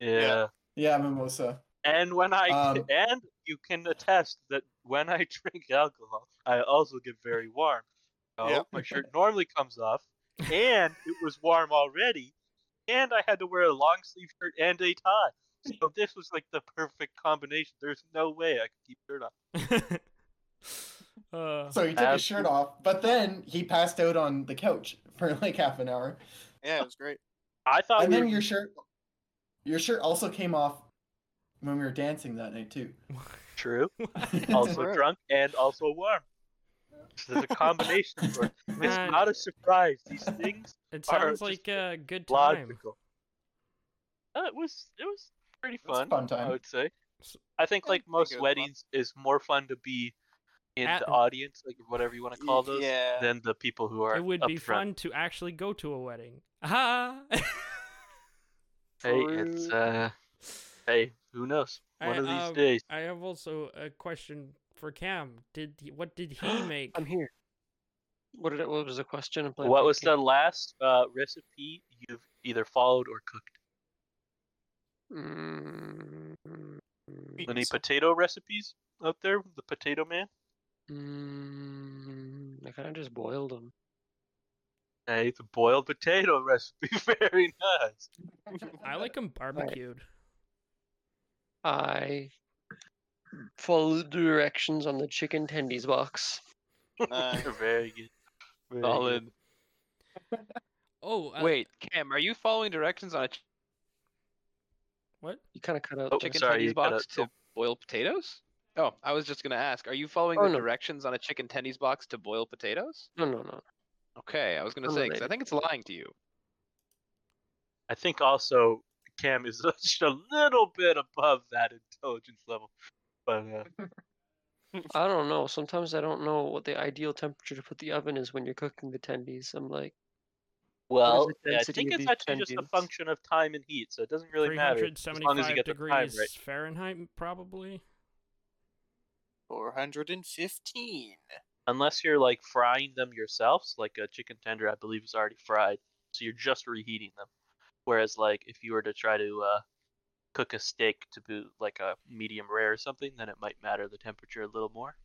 yeah.
yeah, mimosa.
And when I
Um,
<laughs> and you can attest that when I <laughs> drink alcohol, I also get very warm. So
Yeah.
my
<laughs>
shirt normally comes off, and it was warm already, and I had to wear a long sleeve shirt and a tie. So this was like the perfect combination. There's no way I could keep shirt on.
<laughs> uh,
So he took his shirt off, but then he passed out on the couch for like half an hour.
Yeah, it was great.
I thought
And
we
then
were-
your shirt, your shirt also came off when we were dancing that night too.
<laughs>
<laughs>
true, also
Right.
drunk, and also warm. So there's a combination. of words. It's
Man.
not a surprise. These things
it
are
sounds
just
like a good time.
logical. Uh, it was it was pretty
was a
fun.
fun time.
I would say.
S-
I think
I
like
think it was
most
fun.
weddings is more fun to be in
At-
the audience, like whatever you want to call those,
Yeah.
than the people who are.
It would
up
be
front.
fun to actually go to a wedding. <laughs> Ah.
Hey, it's uh, hey, who knows? One
I,
of these
um,
days.
I have also a question for Cam. Did he, what did
<gasps>
he make?
I'm here. What did it, what was the question? I'm blanking.
What was the last uh, recipe you've either followed or cooked?
Mm,
Any
Pizza.
potato recipes out there? The potato man.
mm, I kind of just boiled them.
Hey, the boiled potato <laughs> recipe. Very
<laughs>
nice.
I like him barbecued.
I followed the directions on the chicken tendies box.
Nice.
Very good. Very good.
Solid.
Oh, uh,
Wait, Cam, are you following directions on a ch-
What?
You kind of cut out
Oh,
chicken.
chicken
sorry, you
tendies
cut
box
out.
to boil potatoes? Oh, I was just gonna ask, are you following
Oh,
the
no.
directions on a chicken tendies box to boil potatoes?
No, no, no.
Okay, I was gonna say 'cause I
Unrelated.
think it's lying to you.
I think also Cam <laughs> is just a little bit above that intelligence level, but uh,
I don't know. Sometimes I don't know what the ideal temperature to put the oven is when you're cooking the tendies. I'm like,
Well,
the
yeah, I
density
think
of
it's
these
actually just a
tendons?
function of time and heat, so it doesn't really matter as long as
375
you get the time
degrees
right.
Fahrenheit, probably.
415.
Unless you're like frying them yourselves, like a chicken tender, I believe, is already fried, so you're just reheating them. Whereas, like, if you were to try to uh, cook a steak to be like a medium rare or something, then it might matter the temperature a little more.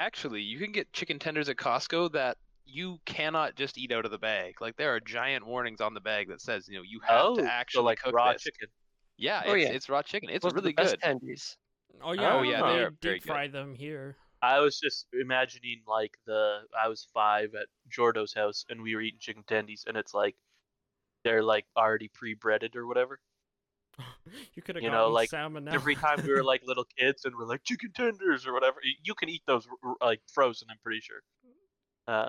Actually, you can get chicken tenders at Costco that you cannot just eat out of the bag. Like there are giant warnings on the bag that says, you know, you have
oh,
to actually
so like
cook
raw
this.
chicken.
Yeah,
Oh,
it's,
yeah.
it's raw chicken. It's
those are
really
the best
good.
tendies.
Oh yeah,
Oh, yeah,
they
they're very
deep
good.
fry them here. <laughs>
I was just imagining like the I was five at Jordo's house and we were eating chicken tendies and it's like they're like already pre-breaded or whatever.
You could have
You
gotten
know, like,
salmonella.
Every time we were like little kids and we're like chicken tenders or whatever, y- you can eat those r- r- like frozen. I'm pretty sure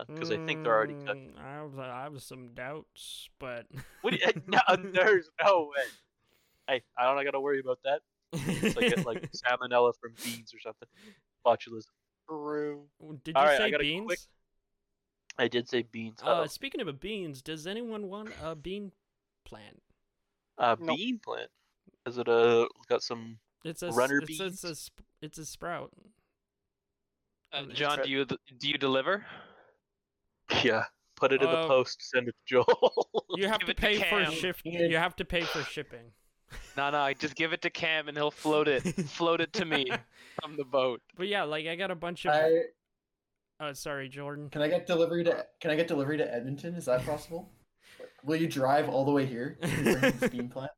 because I think they're already cooked.
Mm, I was, I have some doubts, but <laughs>
What do you, <laughs> no,
Mm.
there's no way. Hey, I don't got to worry about that. It's like
<laughs>
get like salmonella from beans or something. Botulism.
True.
Did you
All right, I
say
got a
beans?
quick- I did say beans.
Uh,
Uh,
speaking of beans, does anyone want a bean plant?
uh,
no.
bean plant. Is it a got some
It's a s-
Runner
it's, It's a
beans?
sp- it's a sprout.
Uh,
Mm,
John,
it's
do you do you deliver?
<laughs> Yeah, put it in the
Um,
Uh,
post. Send it to Joel. <laughs>
You have
Give
to
it to
pay for
Cam.
shift.
<laughs> Yeah.
You have to pay for shipping.
No, no, just give it to Cam and he'll float it. float it
<laughs>
to me from the boat.
But yeah, like I got a bunch of.
I
Oh, sorry, Jordan. <laughs>
can I get delivery to can I get delivery to Edmonton? Is that possible? Will you drive all the
<laughs>
way here? to bring this bean plant?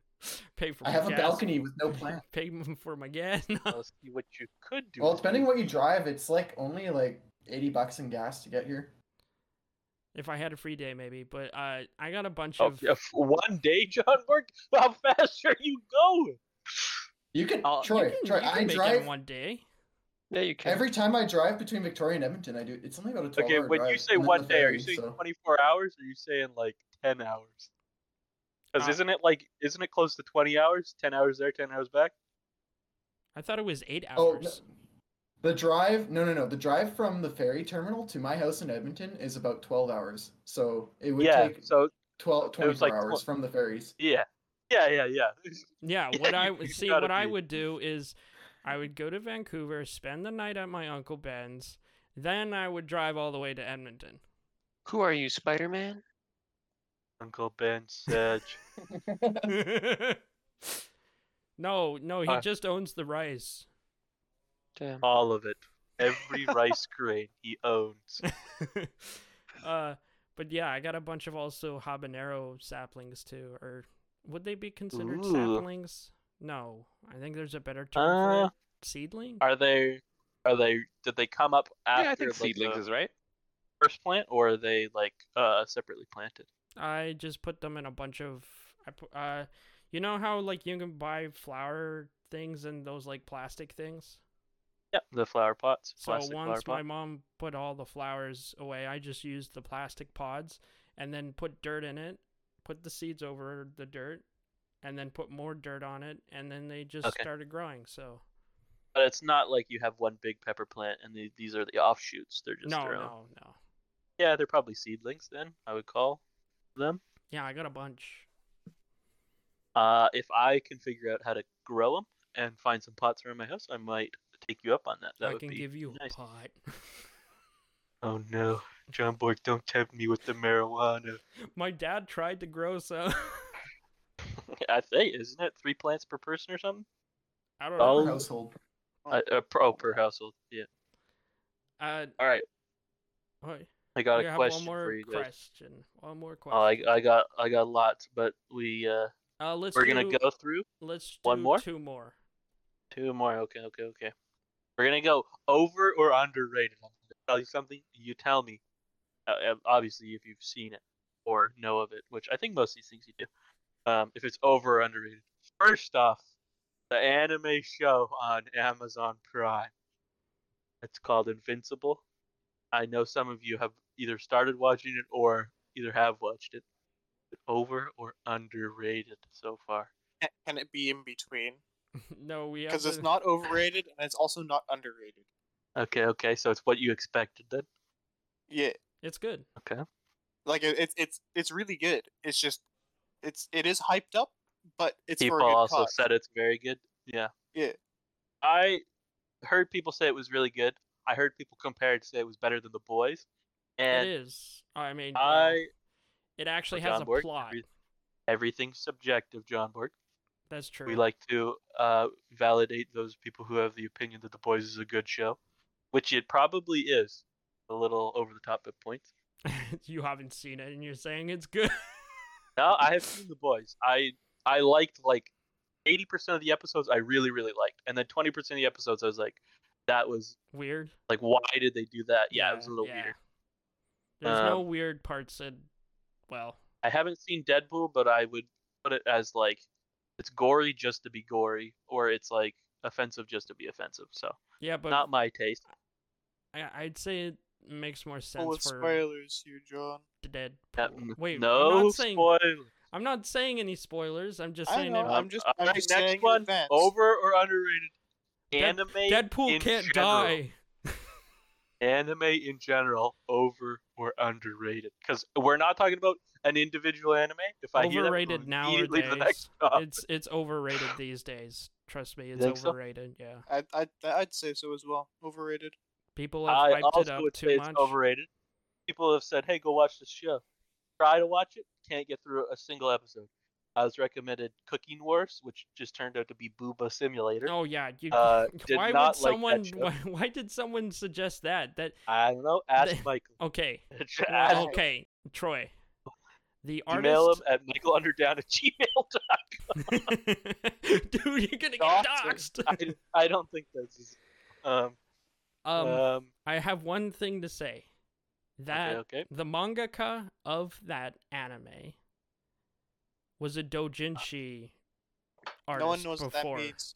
Pay for.
I
my
have a
gas.
balcony with no plant.
<laughs> Pay m- for my gas. <laughs>
I'll see what you could do.
Well,
with
depending
it.
what you drive, it's like only like eighty bucks in gas to get here.
if I had a free day, maybe. But uh, I got a bunch
Oh,
of.
yeah, for one day, John Work. <laughs> How fast are you going?
You could
I'll- you
Troy,
Uh, You can-
Troy.
you can
I
make it in
drive
one day.
Yeah, you can.
every time I drive between Victoria and Edmonton. I do. It's only about a twelve.
Okay,
hour
when you
drive,
say
and then
one
the
day, are you
ferry,
saying
so-
24 hours? Or are you saying like 10 hours? Because
Uh,
isn't it like isn't it close to 20 hours? 10 hours there, 10 hours back.
I thought it was eight
Oh, no.
hours.
the drive? No, no, no. The drive from the ferry terminal to my house in Edmonton is about twelve hours. So it would
Yeah.
take
So
12,
it was
24
like
hours
tw-
from the ferries.
yeah, yeah, yeah, yeah. <laughs>
Yeah,
Yeah,
what I
you-
would
you
see,
gotta
what I
be.
would do is, I would go to Vancouver, spend the night at my uncle Ben's, then I would drive all the way to Edmonton. <laughs>
Who are you, Spider Man?
Uncle Ben said.
no, no, he
Uh,
just owns the rice. <laughs>
Damn.
All of it.
<laughs>
Every rice grain he owns.
uh, but yeah, I got a bunch of also habanero saplings too, or would they be considered
Ooh.
saplings? No, I think there's a better term for
Uh,
it. Seedling.
Are they? Are they? Did they come up after?
yeah, I think
like,
seedlings
the <laughs>
is right.
first plant, or are they like uh separately planted?
I just put them in a bunch of I put, uh you know how like you can buy flower things and those like plastic things?
Yep, the flower pots.
So
plastic flower
once my
pot.
mom put all the flowers away, I just used the plastic pods and then put dirt in it, put the seeds over the dirt, and then put more dirt on it and then they just
Okay.
started growing. So
But it's not like you have one big pepper plant and the, these are the offshoots. They're just
no,
their own.
no, no.
Yeah, they're probably seedlings then. I would call them.
Yeah, I got a bunch.
Uh, if I can figure out how to grow them and find some pots around my house, I might take you up on that. That
I
would
can
be
give you
nice.
a pot. <laughs>
Oh no, John Borg, don't tempt me with the marijuana.
my dad tried to grow some
<laughs>
<laughs>
I think isn't it three plants per person or something?
I don't
per
Oh.
know.
household.
Uh, uh, per, oh, per household. Yeah.
Uh,
All right.
what-
I got
We
a
have
question
one more
for you guys.
question. One more
Oh, I,
question.
I got I got lots, but we uh
uh, let's
we're gonna
do,
go through
Let's do
one more?
Two more. <laughs>
two more. Okay, okay, okay. We're gonna go over or underrated. I'm gonna tell you something. You tell me. Uh, uh, obviously, if you've seen it or know of it, which I think most of these things you do. Um, if it's over or underrated. First off, the anime show on Amazon Prime. It's called Invincible. I know some of you have either started watching it or either have watched it. Over or underrated so far?
Ca- Can it be in between?
no, we have
Because it's
to-
not overrated and it's also not underrated.
Okay, okay. So it's what you expected then.
Yeah,
It's good.
like it, it's it's it's really good. It's just it's it is hyped up, but it's
people
for a good
also
cause.
said it's very good. Yeah.
Yeah.
I heard people say it was really good. I heard people compare it to say it was better than The Boys. And
it is. I mean, uh,
I
it actually
John
has a
Borg,
plot.
every- everything's subjective, John Borg.
That's true.
We like to uh, validate those people who have the opinion that The Boys is a good show, which it probably is. A little over the top at points.
<laughs> you haven't seen it, and you're saying it's good. <laughs>
No, I have seen The Boys. I I liked like 80% of the episodes I really really liked, and then 20% of the episodes I was like, that was
weird.
like why did they do that? Yeah, it was a
Yeah,
little
yeah.
weird.
There's no
Um,
weird parts in. Well,
I haven't seen Deadpool, but I would put it as like it's gory just to be gory, or it's like offensive just to be offensive. So
yeah, but
not my taste.
I, I'd say it makes more sense
Full of
for
spoilers here, John.
Deadpool.
Uh, n-
Wait, I'm
no
not saying
spoilers.
I'm not saying any spoilers. I'm just
I
saying
know,
that
I'm just
All
I'm
right,
just saying
next
in
one
advance.
over or underrated.
Dead-
Anime.
Deadpool
in
can't
general.
die.
Anime in general over or underrated because we're not talking about an individual anime. If I hear that, I'm
Overrated
immediately the
nowadays.
next topic.
It's it's
<laughs>
overrated these days. Trust me, it's
think so?
overrated. Yeah,
I I I'd say so as well. Overrated.
people have
I
hyped it
also
up
would say
too
it's
much.
overrated. People have said, "Hey, go watch this show." Try to watch it, can't get through a single episode. I was recommended Cooking Wars, which just turned out to be Booba Simulator.
Oh yeah, you, <laughs>
Uh, did
why would
not like that
someone? <laughs>
show.
why, why did someone suggest that? That
I don't know.
<laughs>
Ask
They-
Michael.
okay,
Just
Well,
<laughs> ask-
Adam.
okay, Troy, the
<laughs> Email
oh, artist.
him at michaelunderdown at
<laughs>
gmail.
Dude,
<laughs>
you're gonna get
Doxed.
doxxed. <laughs>
I, d- I don't think that's. his- Um,
Um, uh,
um,
I have one thing to say. That
okay.
the mangaka of that anime was a doujinshi artist
Uh, No one knows
before.
what that means.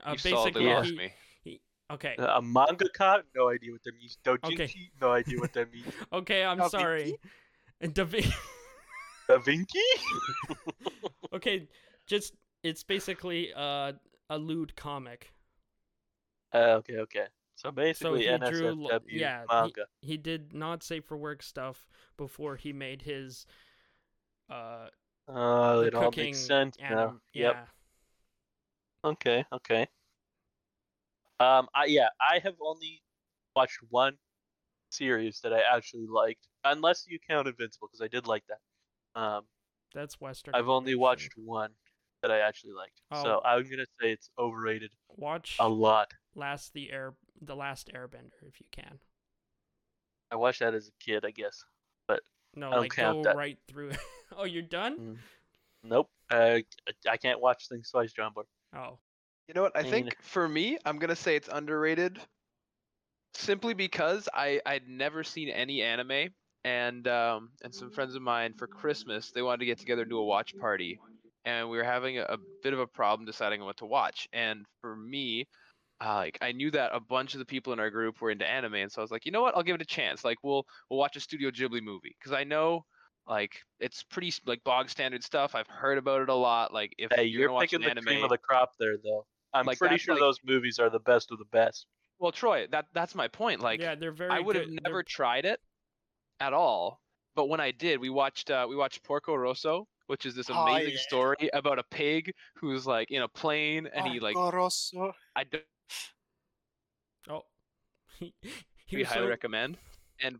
Uh,
you
basically,
solidly lost
he-
me.
okay,
uh, a mangaka? No idea what that means. Dojinshi? No idea what that means.
okay, I'm
Da Vinci?
<laughs> sorry. Da Vin-
Da Vinci?
<laughs>
<laughs>
okay, just it's basically uh, a lewd comic.
Uh, okay, okay. So basically,
he
NSFW
drew lo- yeah, he-
manga.
He did not safe for work stuff before he made his uh,
Oh,
the
it all
cooking
makes sense now.
anim-
Yep.
Yeah.
Okay. Okay. Um. I yeah. I have only watched one series that I actually liked, unless you count Invincible, because I did like that. Um.
That's Western.
I've only
animation.
watched one that I actually liked, so
Oh.
I'm gonna say it's overrated
watch
a lot.
last the air the last Airbender if you can.
I watched that as a kid, I guess.
No,
I don't
like
count
go
that.
right through. <laughs> oh, you're done.
Nope. Uh, I can't watch things twice, John Boy.
Mm,
Oh,
You know what? I
mean-
think for me, I'm gonna say it's underrated, simply because I I'd never seen any anime, and um and some friends of mine for Christmas they wanted to get together and do a watch party, and we were having a, a bit of a problem deciding on what to watch, and for me. Uh, like I knew that a bunch of the people in our group were into anime, and so I was like, you know what? I'll give it a chance. Like we'll we'll watch a Studio Ghibli movie because I know, like it's pretty s- like bog standard stuff. I've heard about it a lot. Like if
Hey,
you're,
you're,
gonna watch
picking
an
the
anime,
cream of the crop there, though. I'm
Like,
pretty
that's
sure
like-
those movies are the best of the best.
Well, Troy, that that's my point. Like,
yeah, they're very.
I would have
good-
never
they're-
tried it at all, but when I did, we watched uh, we watched Porco Rosso, which is this
Oh,
amazing
yeah.
story about a pig who's like in a plane and
Oh,
he like
Porco Rosso.
I don't
<laughs> Oh, he, he
really
was
highly
so-
recommend, and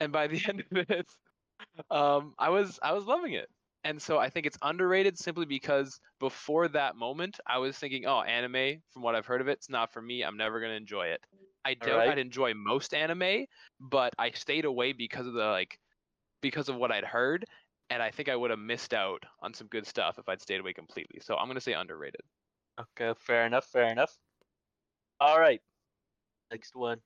and by the <laughs> end of it, um, I was I was loving it. And so I think it's underrated simply because before that moment, I was thinking, oh, anime, from what I've heard of it, it's not for me. I'm never going to enjoy it. I doubt
right.
I'd enjoy most anime, but I stayed away because of the, like, because of what I'd heard. And I think I would have missed out on some good stuff if I'd stayed away completely. So I'm going to say underrated.
Okay, fair enough, fair enough. All right, next one.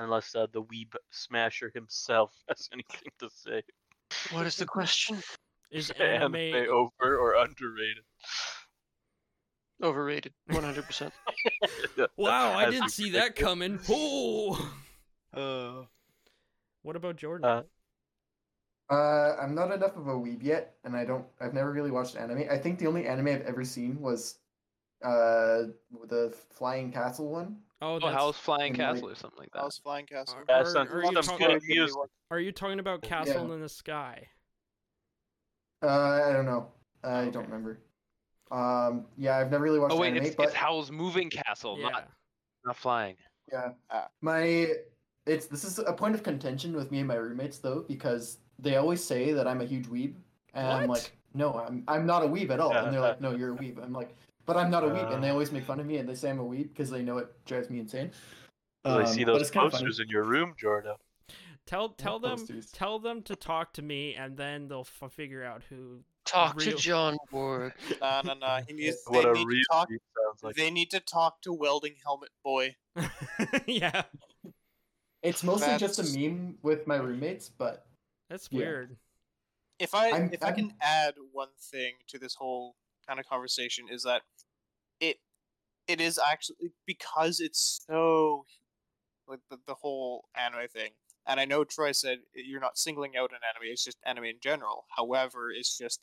Unless uh, the Weeb Smasher himself <laughs> has anything to say.
What is the question?
<laughs>
is
Anime,
anime.
over or underrated?
<laughs>
<laughs>
Overrated. 100%.
<laughs> Wow, I
As
didn't
you
see
<laughs>
that
predicted.
coming.
<laughs>
Oh,
uh,
what about Jordan?
Uh,
Uh, I'm not enough of a weeb yet, and I don't. I've never really watched anime. I think the only anime I've ever seen was uh, the flying castle one.
Oh,
Oh,
that's,
Howl's Flying
Mhm.
Castle or something like that.
House Flying Castle.
Are-
Yeah,
are-
sounds-
are you
sounds
talking-
good music.
Are you talking about Castle in the Sky?
Uh, I don't know. I
Okay.
don't remember. Um, yeah, I've never really watched
Oh wait,
anime,
it's,
but
it's Howl's Moving Castle,
yeah.
not not flying.
my it's this is a point of contention with me and my roommates though because they always say that I'm a huge weeb, and I'm
What?
like, no, I'm I'm not a weeb at all, and they're like, no, you're a weeb. I'm like, but I'm not a weeb, and they
Uh.
always make fun of me and they say I'm a weeb because they know it drives me insane.
Well, I
Um,
see
but
those
it's kinda funny.
posters in your room, Jordan.
Tell tell them
posters.
tell them to talk to me, and then they'll f- figure out who.
Talk to
Real-
John Borg.
Nah,
<laughs>
nah, nah. He needs,
What
they
a
need
real
to talk.
geek sounds like.
They need to talk to Welding Helmet Boy.
<laughs> yeah,
It's mostly just
That's-
a meme with my roommates, but
that's
Yeah.
weird.
If I
I'm-
if i can
I'm-
add one thing to this whole kind of conversation is that it it is actually because it's so like the, the whole anime thing. And I know Troy said i- you're not singling out an anime; it's just anime in general. However, it's just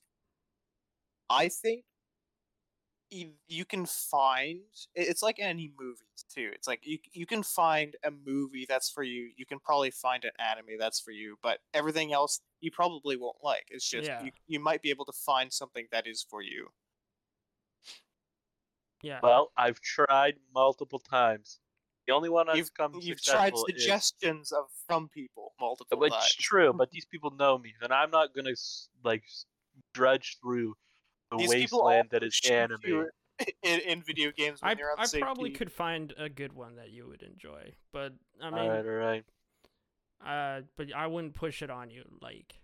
I think y- you can find i- it's like any movies too. It's like you you can find a movie that's for you. You can probably find an anime that's for you, but everything else you probably won't like. It's just
Yeah.
you, you might be able to find something that is for you.
Yeah,
Well, I've tried multiple times. The only one I've
You've-
come
You've tried
successful is-
suggestions of from people multiple
Which is
times.
true, but these people know me, and I'm not gonna s- like s- drudge through the
These people all
wasteland that is
shoot
anime.
you in, <laughs> in video games when
I
you're on
I
safety.
probably could find a good one that you would enjoy, but I
all
mean,
right, all right.
uh, but I wouldn't push it on you. Like,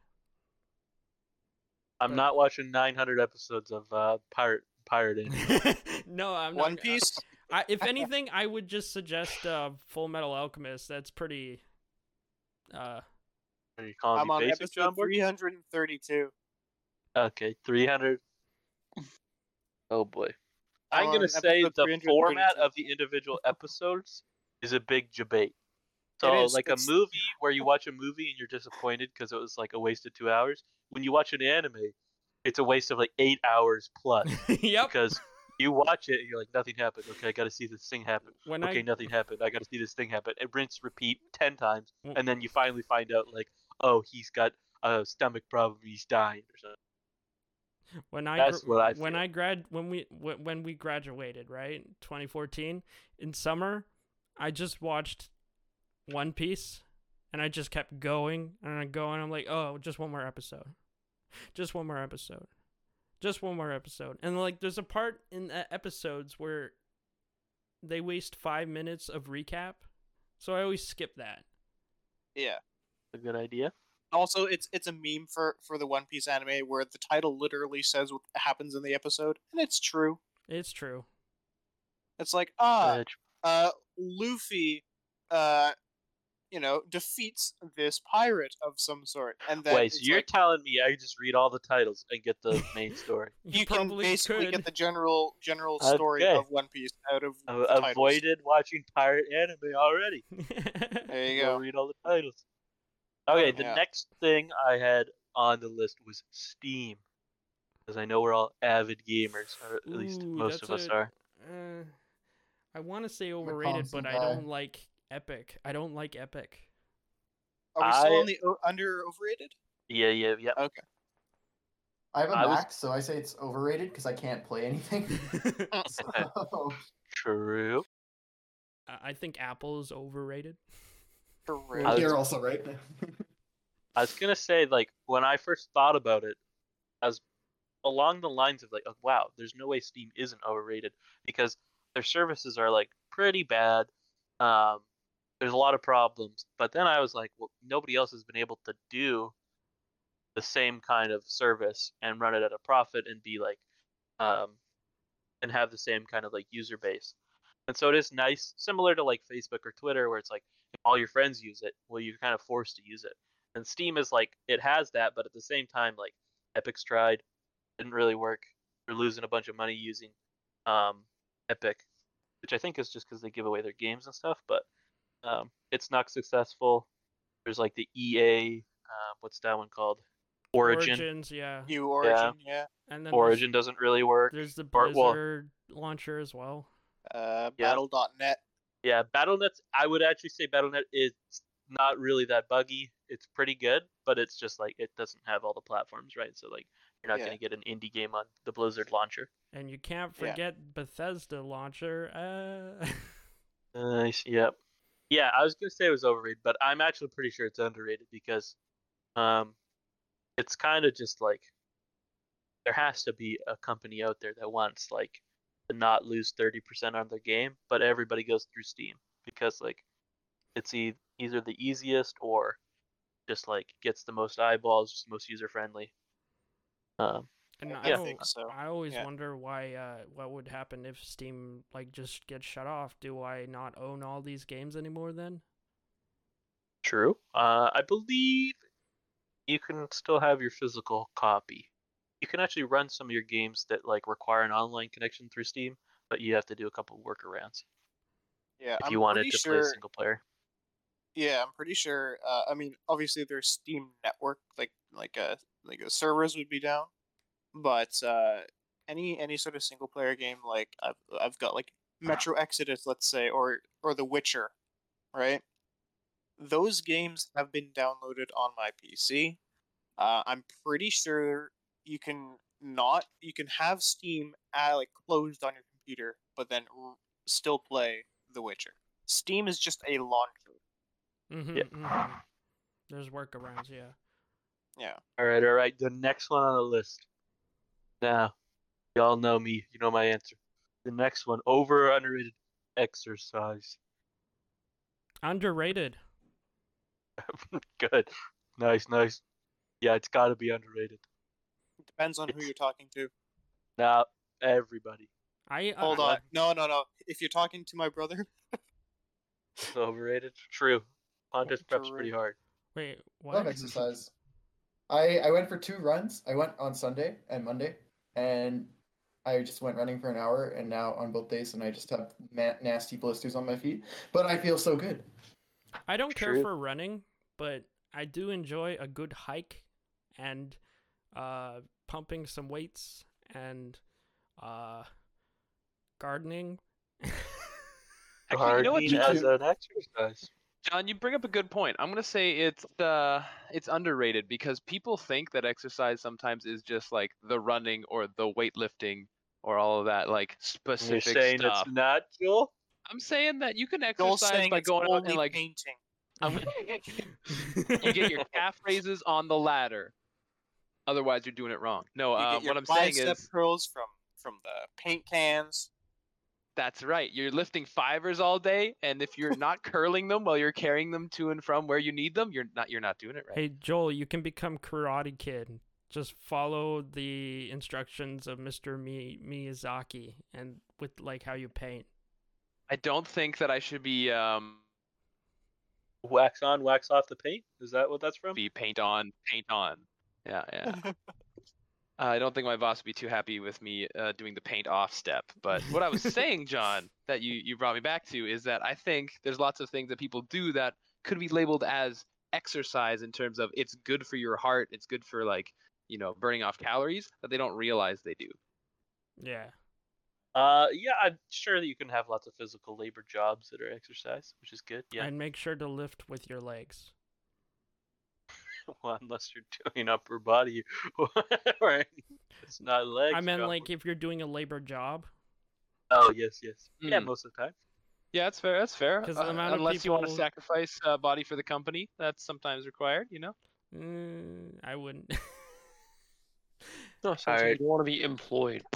I'm
but-
not watching 900 episodes of uh, pirate pirate
<laughs>
anime.
no, I'm not.
One Piece.
I, if anything, I would just suggest uh, Full Metal Alchemist. That's pretty. Uh,
Are you calling
I'm
me
on
basic, John
episode
Borg?
332.
Okay, 300. Oh boy. I'm
I'm
going
on
to say
episode
the
332.
format of the individual episodes is a big debate. So,
is,
like a
it's-
movie where you watch a movie and you're disappointed because it was like a waste of two hours. When you watch an anime, it's a waste of like eight hours plus
yep.
because you watch it and you're like, nothing happened. Okay, I got to see this thing happen.
When
Okay,
I
nothing happened. I got to see this thing happen. And rinse, repeat 10 times.
Mm.
And then you finally find out, like, oh, he's got a stomach problem. He's dying or something.
when I
That's
gr-
what I
when
feel.
I grad when we wh- when we graduated right 2014 in summer I just watched One Piece and I just kept going and going I'm like oh just one more episode just one more episode just one more episode and like there's a part in the episodes where they waste five minutes of recap so I always skip that
Yeah.
A good idea.
Also, it's it's a meme for for the One Piece anime where the title literally says what happens in the episode, and it's true.
it's true
It's like ah,
Which
uh, Luffy, uh, you know, defeats this pirate of some sort, and then
Wait, so
it's
you're
like,
telling me I just read all the titles and get
<laughs>
the main story?
you,
you can
probably
basically
could
get the general general
Okay.
story of One Piece out of
I
the titles.
avoided watching pirate anime already.
<laughs>
There you
I'll
go.
Read all the titles. Okay, the
Yeah.
next thing I had on the list was Steam, because I know we're all avid gamers, or at least
Ooh,
most of
that's
us
a-
are.
Uh, I want to say
a
overrated, but I
constant guy.
don't like Epic. I don't like Epic.
Are we still
I-
on the o- under overrated?
Yeah, yeah, yeah.
Okay.
I have a
I was-
Mac, so I say it's overrated because I can't
<laughs>
play anything. <laughs> so,
True.
I I think Apple is overrated.
Correct.
I was-
you're also right.
I was gonna say like when I first thought about it, I was along the lines of like, oh, wow, there's no way Steam isn't overrated because their services are like pretty bad. Um, there's a lot of problems, but then I was like, well, nobody else has been able to do the same kind of service and run it at a profit and be like, um, and have the same kind of like user base. And so it is nice, similar to like Facebook or Twitter, where it's like if all your friends use it, well, you're kind of forced to use it and steam is like it has that but at the same time like epic's tried didn't really work they're losing a bunch of money using um epic which i think is just because they give away their games and stuff but um it's not successful there's like the ea uh, what's that one called origin
Origins, yeah.
You origin, yeah.
And then there's-
origin doesn't really work
There's the
Or- well-
Blizzard launcher as well?
Uh,
Yeah.
Battle.net.
Yeah, BattleNet's. I would actually say BattleNet is not really that buggy. It's pretty good, but it's just like it doesn't have all the platforms, right? So like you're not
Yeah.
gonna get an indie game on the Blizzard launcher.
And you can't
Yeah.
forget Bethesda launcher. Uh,
Nice. Yep. Yeah, I was gonna say it was overrated, but I'm actually pretty sure it's underrated because, um, it's kind of just like there has to be a company out there that wants like to not lose thirty percent on their game, but everybody goes through Steam because like it's e- either the easiest or just like gets the most eyeballs, most user friendly. Um,
<laughs> and
Yeah,
I,
I
al-
think so.
I always
Yeah.
wonder why. Uh, what would happen if Steam like just gets shut off? Do I not own all these games anymore then?
True. Uh, I believe you can still have your physical copy. You can actually run some of your games that like require an online connection through Steam, but you have to do a couple workarounds
Yeah,
if
I'm
you wanted
pretty
to
sure,
play single player.
Yeah, I'm pretty sure. Uh, I mean, obviously their Steam network, like like uh like the servers would be down, but uh, any any sort of single player game, like I've I've got like Metro Exodus, let's say, or or The Witcher, right? Those games have been downloaded on my PC. Uh, I'm pretty sure you can not you can have Steam uh, like closed on your computer, but then r- still play The Witcher. Steam is just a launcher.
Mm-hmm,
Yeah.
There's workarounds. Yeah.
All right, all right. The next one on the list. Now, y'all know me. You know my answer. The next one, over or underrated exercise. <laughs>
Underrated.
Good. Nice, nice. Yeah, it's got to be underrated.
Depends on who you're talking to.
Now, everybody.
I uh,
Hold on.
what?
No, no, no. If you're talking to my brother,
It's overrated. True. Contest prep's pretty
True.
hard.
Wait. What?
Love exercise. I I went for two runs. I went on Sunday and Monday, and I just went running for an hour. And now on both days, and I just have ma- nasty blisters on my feet. But I feel so good.
I don't care
True.
for running, but I do enjoy a good hike and uh, pumping some weights and uh, gardening.
Actually, you know what,
Gardening
John?
as an exercise.
John? You bring up a good point. I'm gonna say it's uh, it's underrated because people think that exercise sometimes is just like the running or the weightlifting or all of that like
You're
specific
saying
stuff.
it's not, Joel?
I'm saying that
<laughs>
you can
Joel's
exercise
saying
by
it's
going out
only
and like
painting.
I'm
<laughs>
you
<laughs>
get your calf raises on the ladder. Otherwise, you're doing it wrong. No,
You
uh,
get your
what I'm saying
bicep
is
curls from from the paint cans.
that's right. You're lifting fivers all day, and if you're not curling them while you're carrying them to and from where you need them, you're not you're not doing it right.
Hey Joel, you can become Karate Kid. Just follow the instructions of Mr. Mi- Miyazaki and with like how you paint.
I don't think that I should be um
Wax on, wax off the paint? Is that what that's from?
be paint on paint on. Yeah, yeah.
<laughs>
Uh, I don't think my boss would be too happy with me uh, doing the paint off step. But
<laughs>
what I was saying, John, that you, you brought me back to is that I think there's lots of things that people do that could be labeled as exercise in terms of it's good for your heart, it's good for like, you know, burning off calories that they don't realize they do.
Yeah.
Uh, yeah, I'm sure that you can have lots of physical labor jobs that are exercise, which is good. Yeah,
And make sure to lift with your legs.
<laughs> well, unless you're doing upper body <laughs> or it's not legs.
I meant
John.
like if you're doing a labor job.
Oh yes, yes. Yeah,
Mm.
most of the time.
Yeah, that's fair. That's fair.
'Cause the
Uh,
amount of
unless you want to
people-
sacrifice uh, body for the company, that's sometimes required, you know?
Mm, I wouldn't.
<laughs>
<laughs>
No,
like you
you don't want to be employed. <laughs>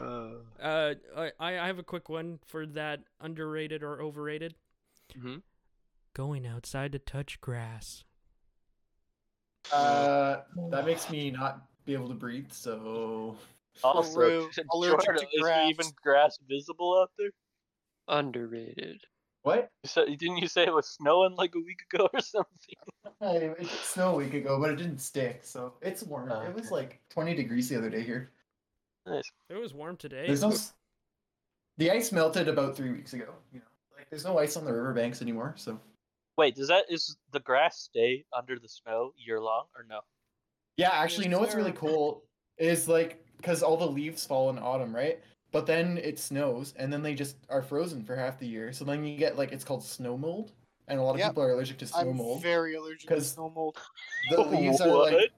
Uh, I I I have a quick one for that underrated or overrated.
Mm-hmm.
Mhm.
Going outside to touch grass.
Uh, that makes me not be able to breathe. So
also, <laughs>
True.
Jordan,
Allergic to
is there
grass.
even grass visible out there?
Underrated.
what?
You said, didn't you say it was snowing like a week ago <laughs> or something?
I, Uh, it snowed a week ago, but it didn't stick. So it's warm.
Oh,
It was
okay.
like 20 degrees the other day here.
Nice.
It was warm today.
There's no. s- The ice melted about three weeks ago. You know, like there's no ice on the riverbanks anymore. So
Wait, does that is the grass stay under the snow year long or no?
yeah, actually, you know what's really cool is like because all the leaves fall in autumn, right? But then it snows, and then they just are frozen for half the year. So then you get like it's called snow mold, and a lot of
Yep.
people are allergic to snow
I'm
mold.
very allergic to
'Cause-
snow mold.
The leaves are like
What?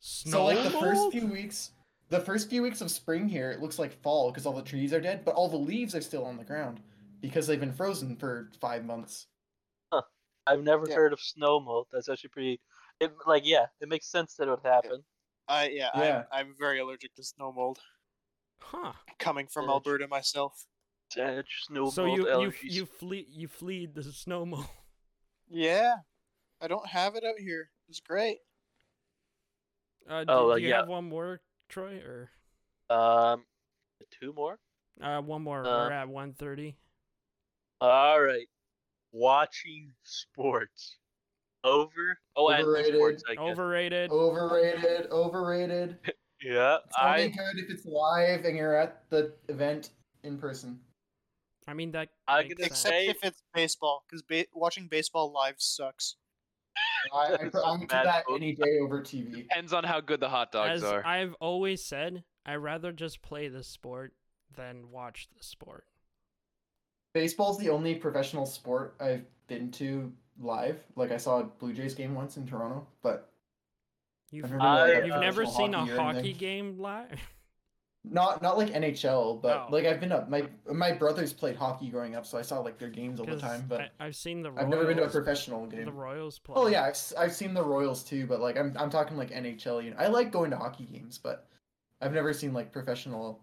Snow
so like the first
mold?
few weeks, the first few weeks of spring here, it looks like fall because all the trees are dead, but all the leaves are still on the ground because they've been frozen for five months.
I've never
Yeah.
heard of snow mold. That's actually pretty. It, like yeah, it makes sense that it would happen.
Uh, yeah,
Yeah.
I'm, I'm very allergic to snow mold.
Huh.
Coming from
Allergic.
Alberta myself.
Yeah. Snow
So
mold
you you
allergies.
you flee you fleed the snow mold.
Yeah, I don't have it out here. It's great.
<laughs> Uh, do,
Oh, uh,
do you
yeah.
have one more, Troy, or
Um, two more.
uh, one more?
Uh,
We're at one thirty.
All right. Watching sports. Over. Oh, and
Overrated.
sports. I guess.
Overrated.
Oh. Overrated, overrated.
Yeah.
It's only
I
good if it's live and you're at the event in person.
I mean that.
I'm
makes sense.
gonna
Except
say-
if it's baseball, because ba- watching baseball live sucks.
I, I,
That's
I'm
a
to
bad
that
book.
any day over TV.
Depends on how good the hot
as
dogs are.
I've always said, I rather just play the sport than watch the sport.
Baseball's the only professional sport I've been to live. Like I saw a Blue Jays game once in Toronto, but
You've
I've never,
I,
been to, like,
you've
uh,
never
professional
seen a
or
hockey
anything.
game live.
Not not like NHL, but
Oh.
like I've been up. My my brothers played hockey growing up, so I saw like their games all
<laughs>
the
'Cause
time. But
I, have seen the.
I've never been to a
Royals-
professional game.
The Royals play.
Oh yeah,
<laughs>
I've, s- I've seen the Royals too, but like I'm I'm talking like NHL. You know, I like going to hockey games, but I've never seen like professional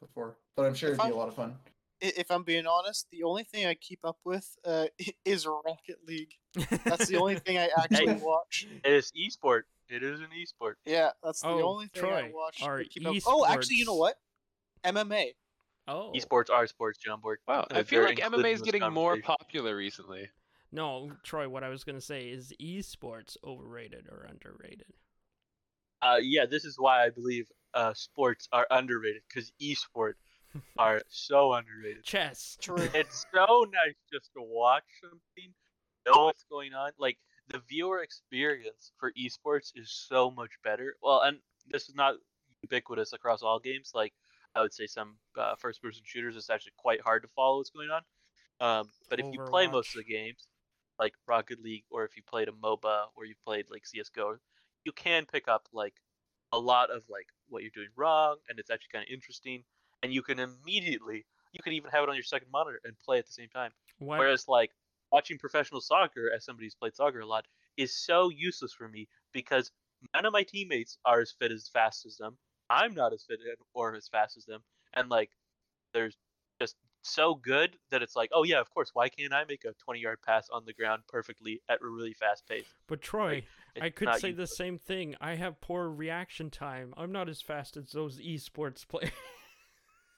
before. But I'm sure
If
it'd be a
I'm-
lot of fun.
I- If I'm being honest, the only thing I keep up with uh, <laughs> is Rocket League. That's the only
<laughs>
thing I actually
Hey.
watch.
It is esport. It is an esport.
Yeah, that's the
Oh,
only thing I
Troy,
watch.
are
to keep up- Oh, actually, you know
esports-
what? MMA.
Oh.
Esports are sports, John Borg.
Wow,
Uh,
I feel
they're
like
included
MMA
in
is
this
getting more
conversation.
popular recently.
No, Troy. What I was gonna say is esports overrated or underrated.
Uh, yeah, this is why I believe uh, sports are underrated because
<laughs>
esport are so underrated.
Chess. <laughs>
True.
<laughs> it's so nice just to watch something, know what's going on. Like the viewer experience for esports is so much better. Well, and this is not ubiquitous across all games. Like I would say some uh, first-person shooters, it's actually quite hard to follow what's going on. Um, but if you play most of
Overwatch.
the games, like Rocket League, or if you played a MOBA, or you played like CS:GO, you can pick up like a lot of like what you're doing wrong, and it's actually kind of interesting. And you can immediately, you can even have it on your second monitor and play at the same time.
What?
Whereas like watching professional soccer, as somebody who's played soccer a lot, is so useless for me because none of my teammates are as fit as fast as them. I'm not as fit and- or as fast as them, and like there's just so good that it's like, oh yeah, of course. Why can't I make a 20 yard pass on the ground perfectly at a really fast pace?
but Troy,
It's
I could
not
say the
useless.
same thing. I have poor reaction time. I'm not as fast as those esports players. <laughs>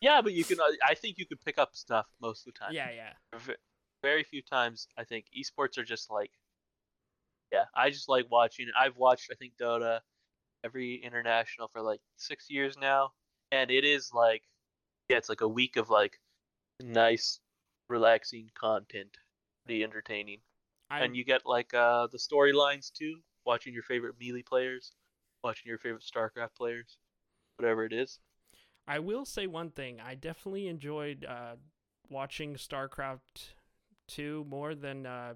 Yeah, but you can. I think you could pick up stuff most of the time.
yeah, yeah.
v- very few times I think esports are just like yeah, I just like watching it. I've watched I think Dota every international for like 6 years now and it is like yeah, it's like a week of like nice relaxing content, pretty entertaining.
I
And you get like uh the storylines too, watching your favorite melee players, watching your favorite StarCraft players, whatever it is.
I will say one thing. I definitely enjoyed uh, watching StarCraft 2 more than uh,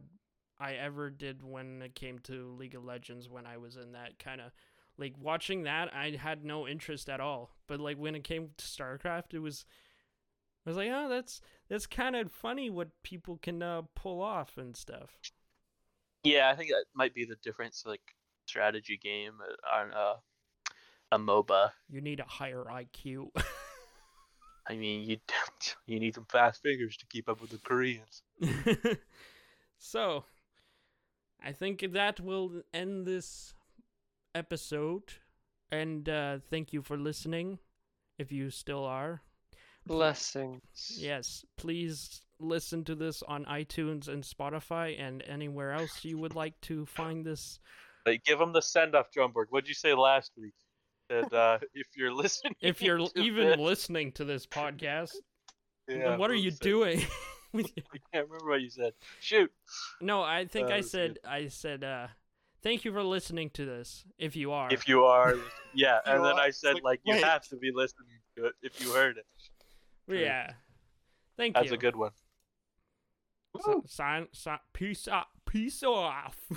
I ever did when it came to League of Legends when I was in that kind of like watching that I had no interest at all. But like when it came to StarCraft, it was I was like, "Oh, that's that's kind of funny what people can uh, pull off and stuff."
Yeah, I think that might be the difference, like strategy game on uh, a MOBA.
You need a higher IQ.
I mean, you <laughs> you need some fast fingers to keep up with the Koreans.
<laughs> so, I think that will end this episode. And uh, thank you for listening, if you still are.
Blessings.
Yes, please listen to this on iTunes and Spotify and anywhere else you would like to find this.
Like, give them the send off, Jumborg. What'd you say last week?
<laughs>
That uh, if you're listening,
If you're
<laughs> to
even
this-
listening to this podcast,
Yeah,
what are you
said-
doing? <laughs> with your-
I can't remember what you said. Shoot.
No, I think
That
I
was
said
good.
I said uh Thank you for listening to this. If you are,
If you are,
<laughs>
yeah.
You
and then
are,
I
it's
said,
like,
like, you
wait.
have to be listening to it if you heard it.
yeah, thank
That's
you.
a good one.
Si- sign, si- peace out. Peace off. <laughs>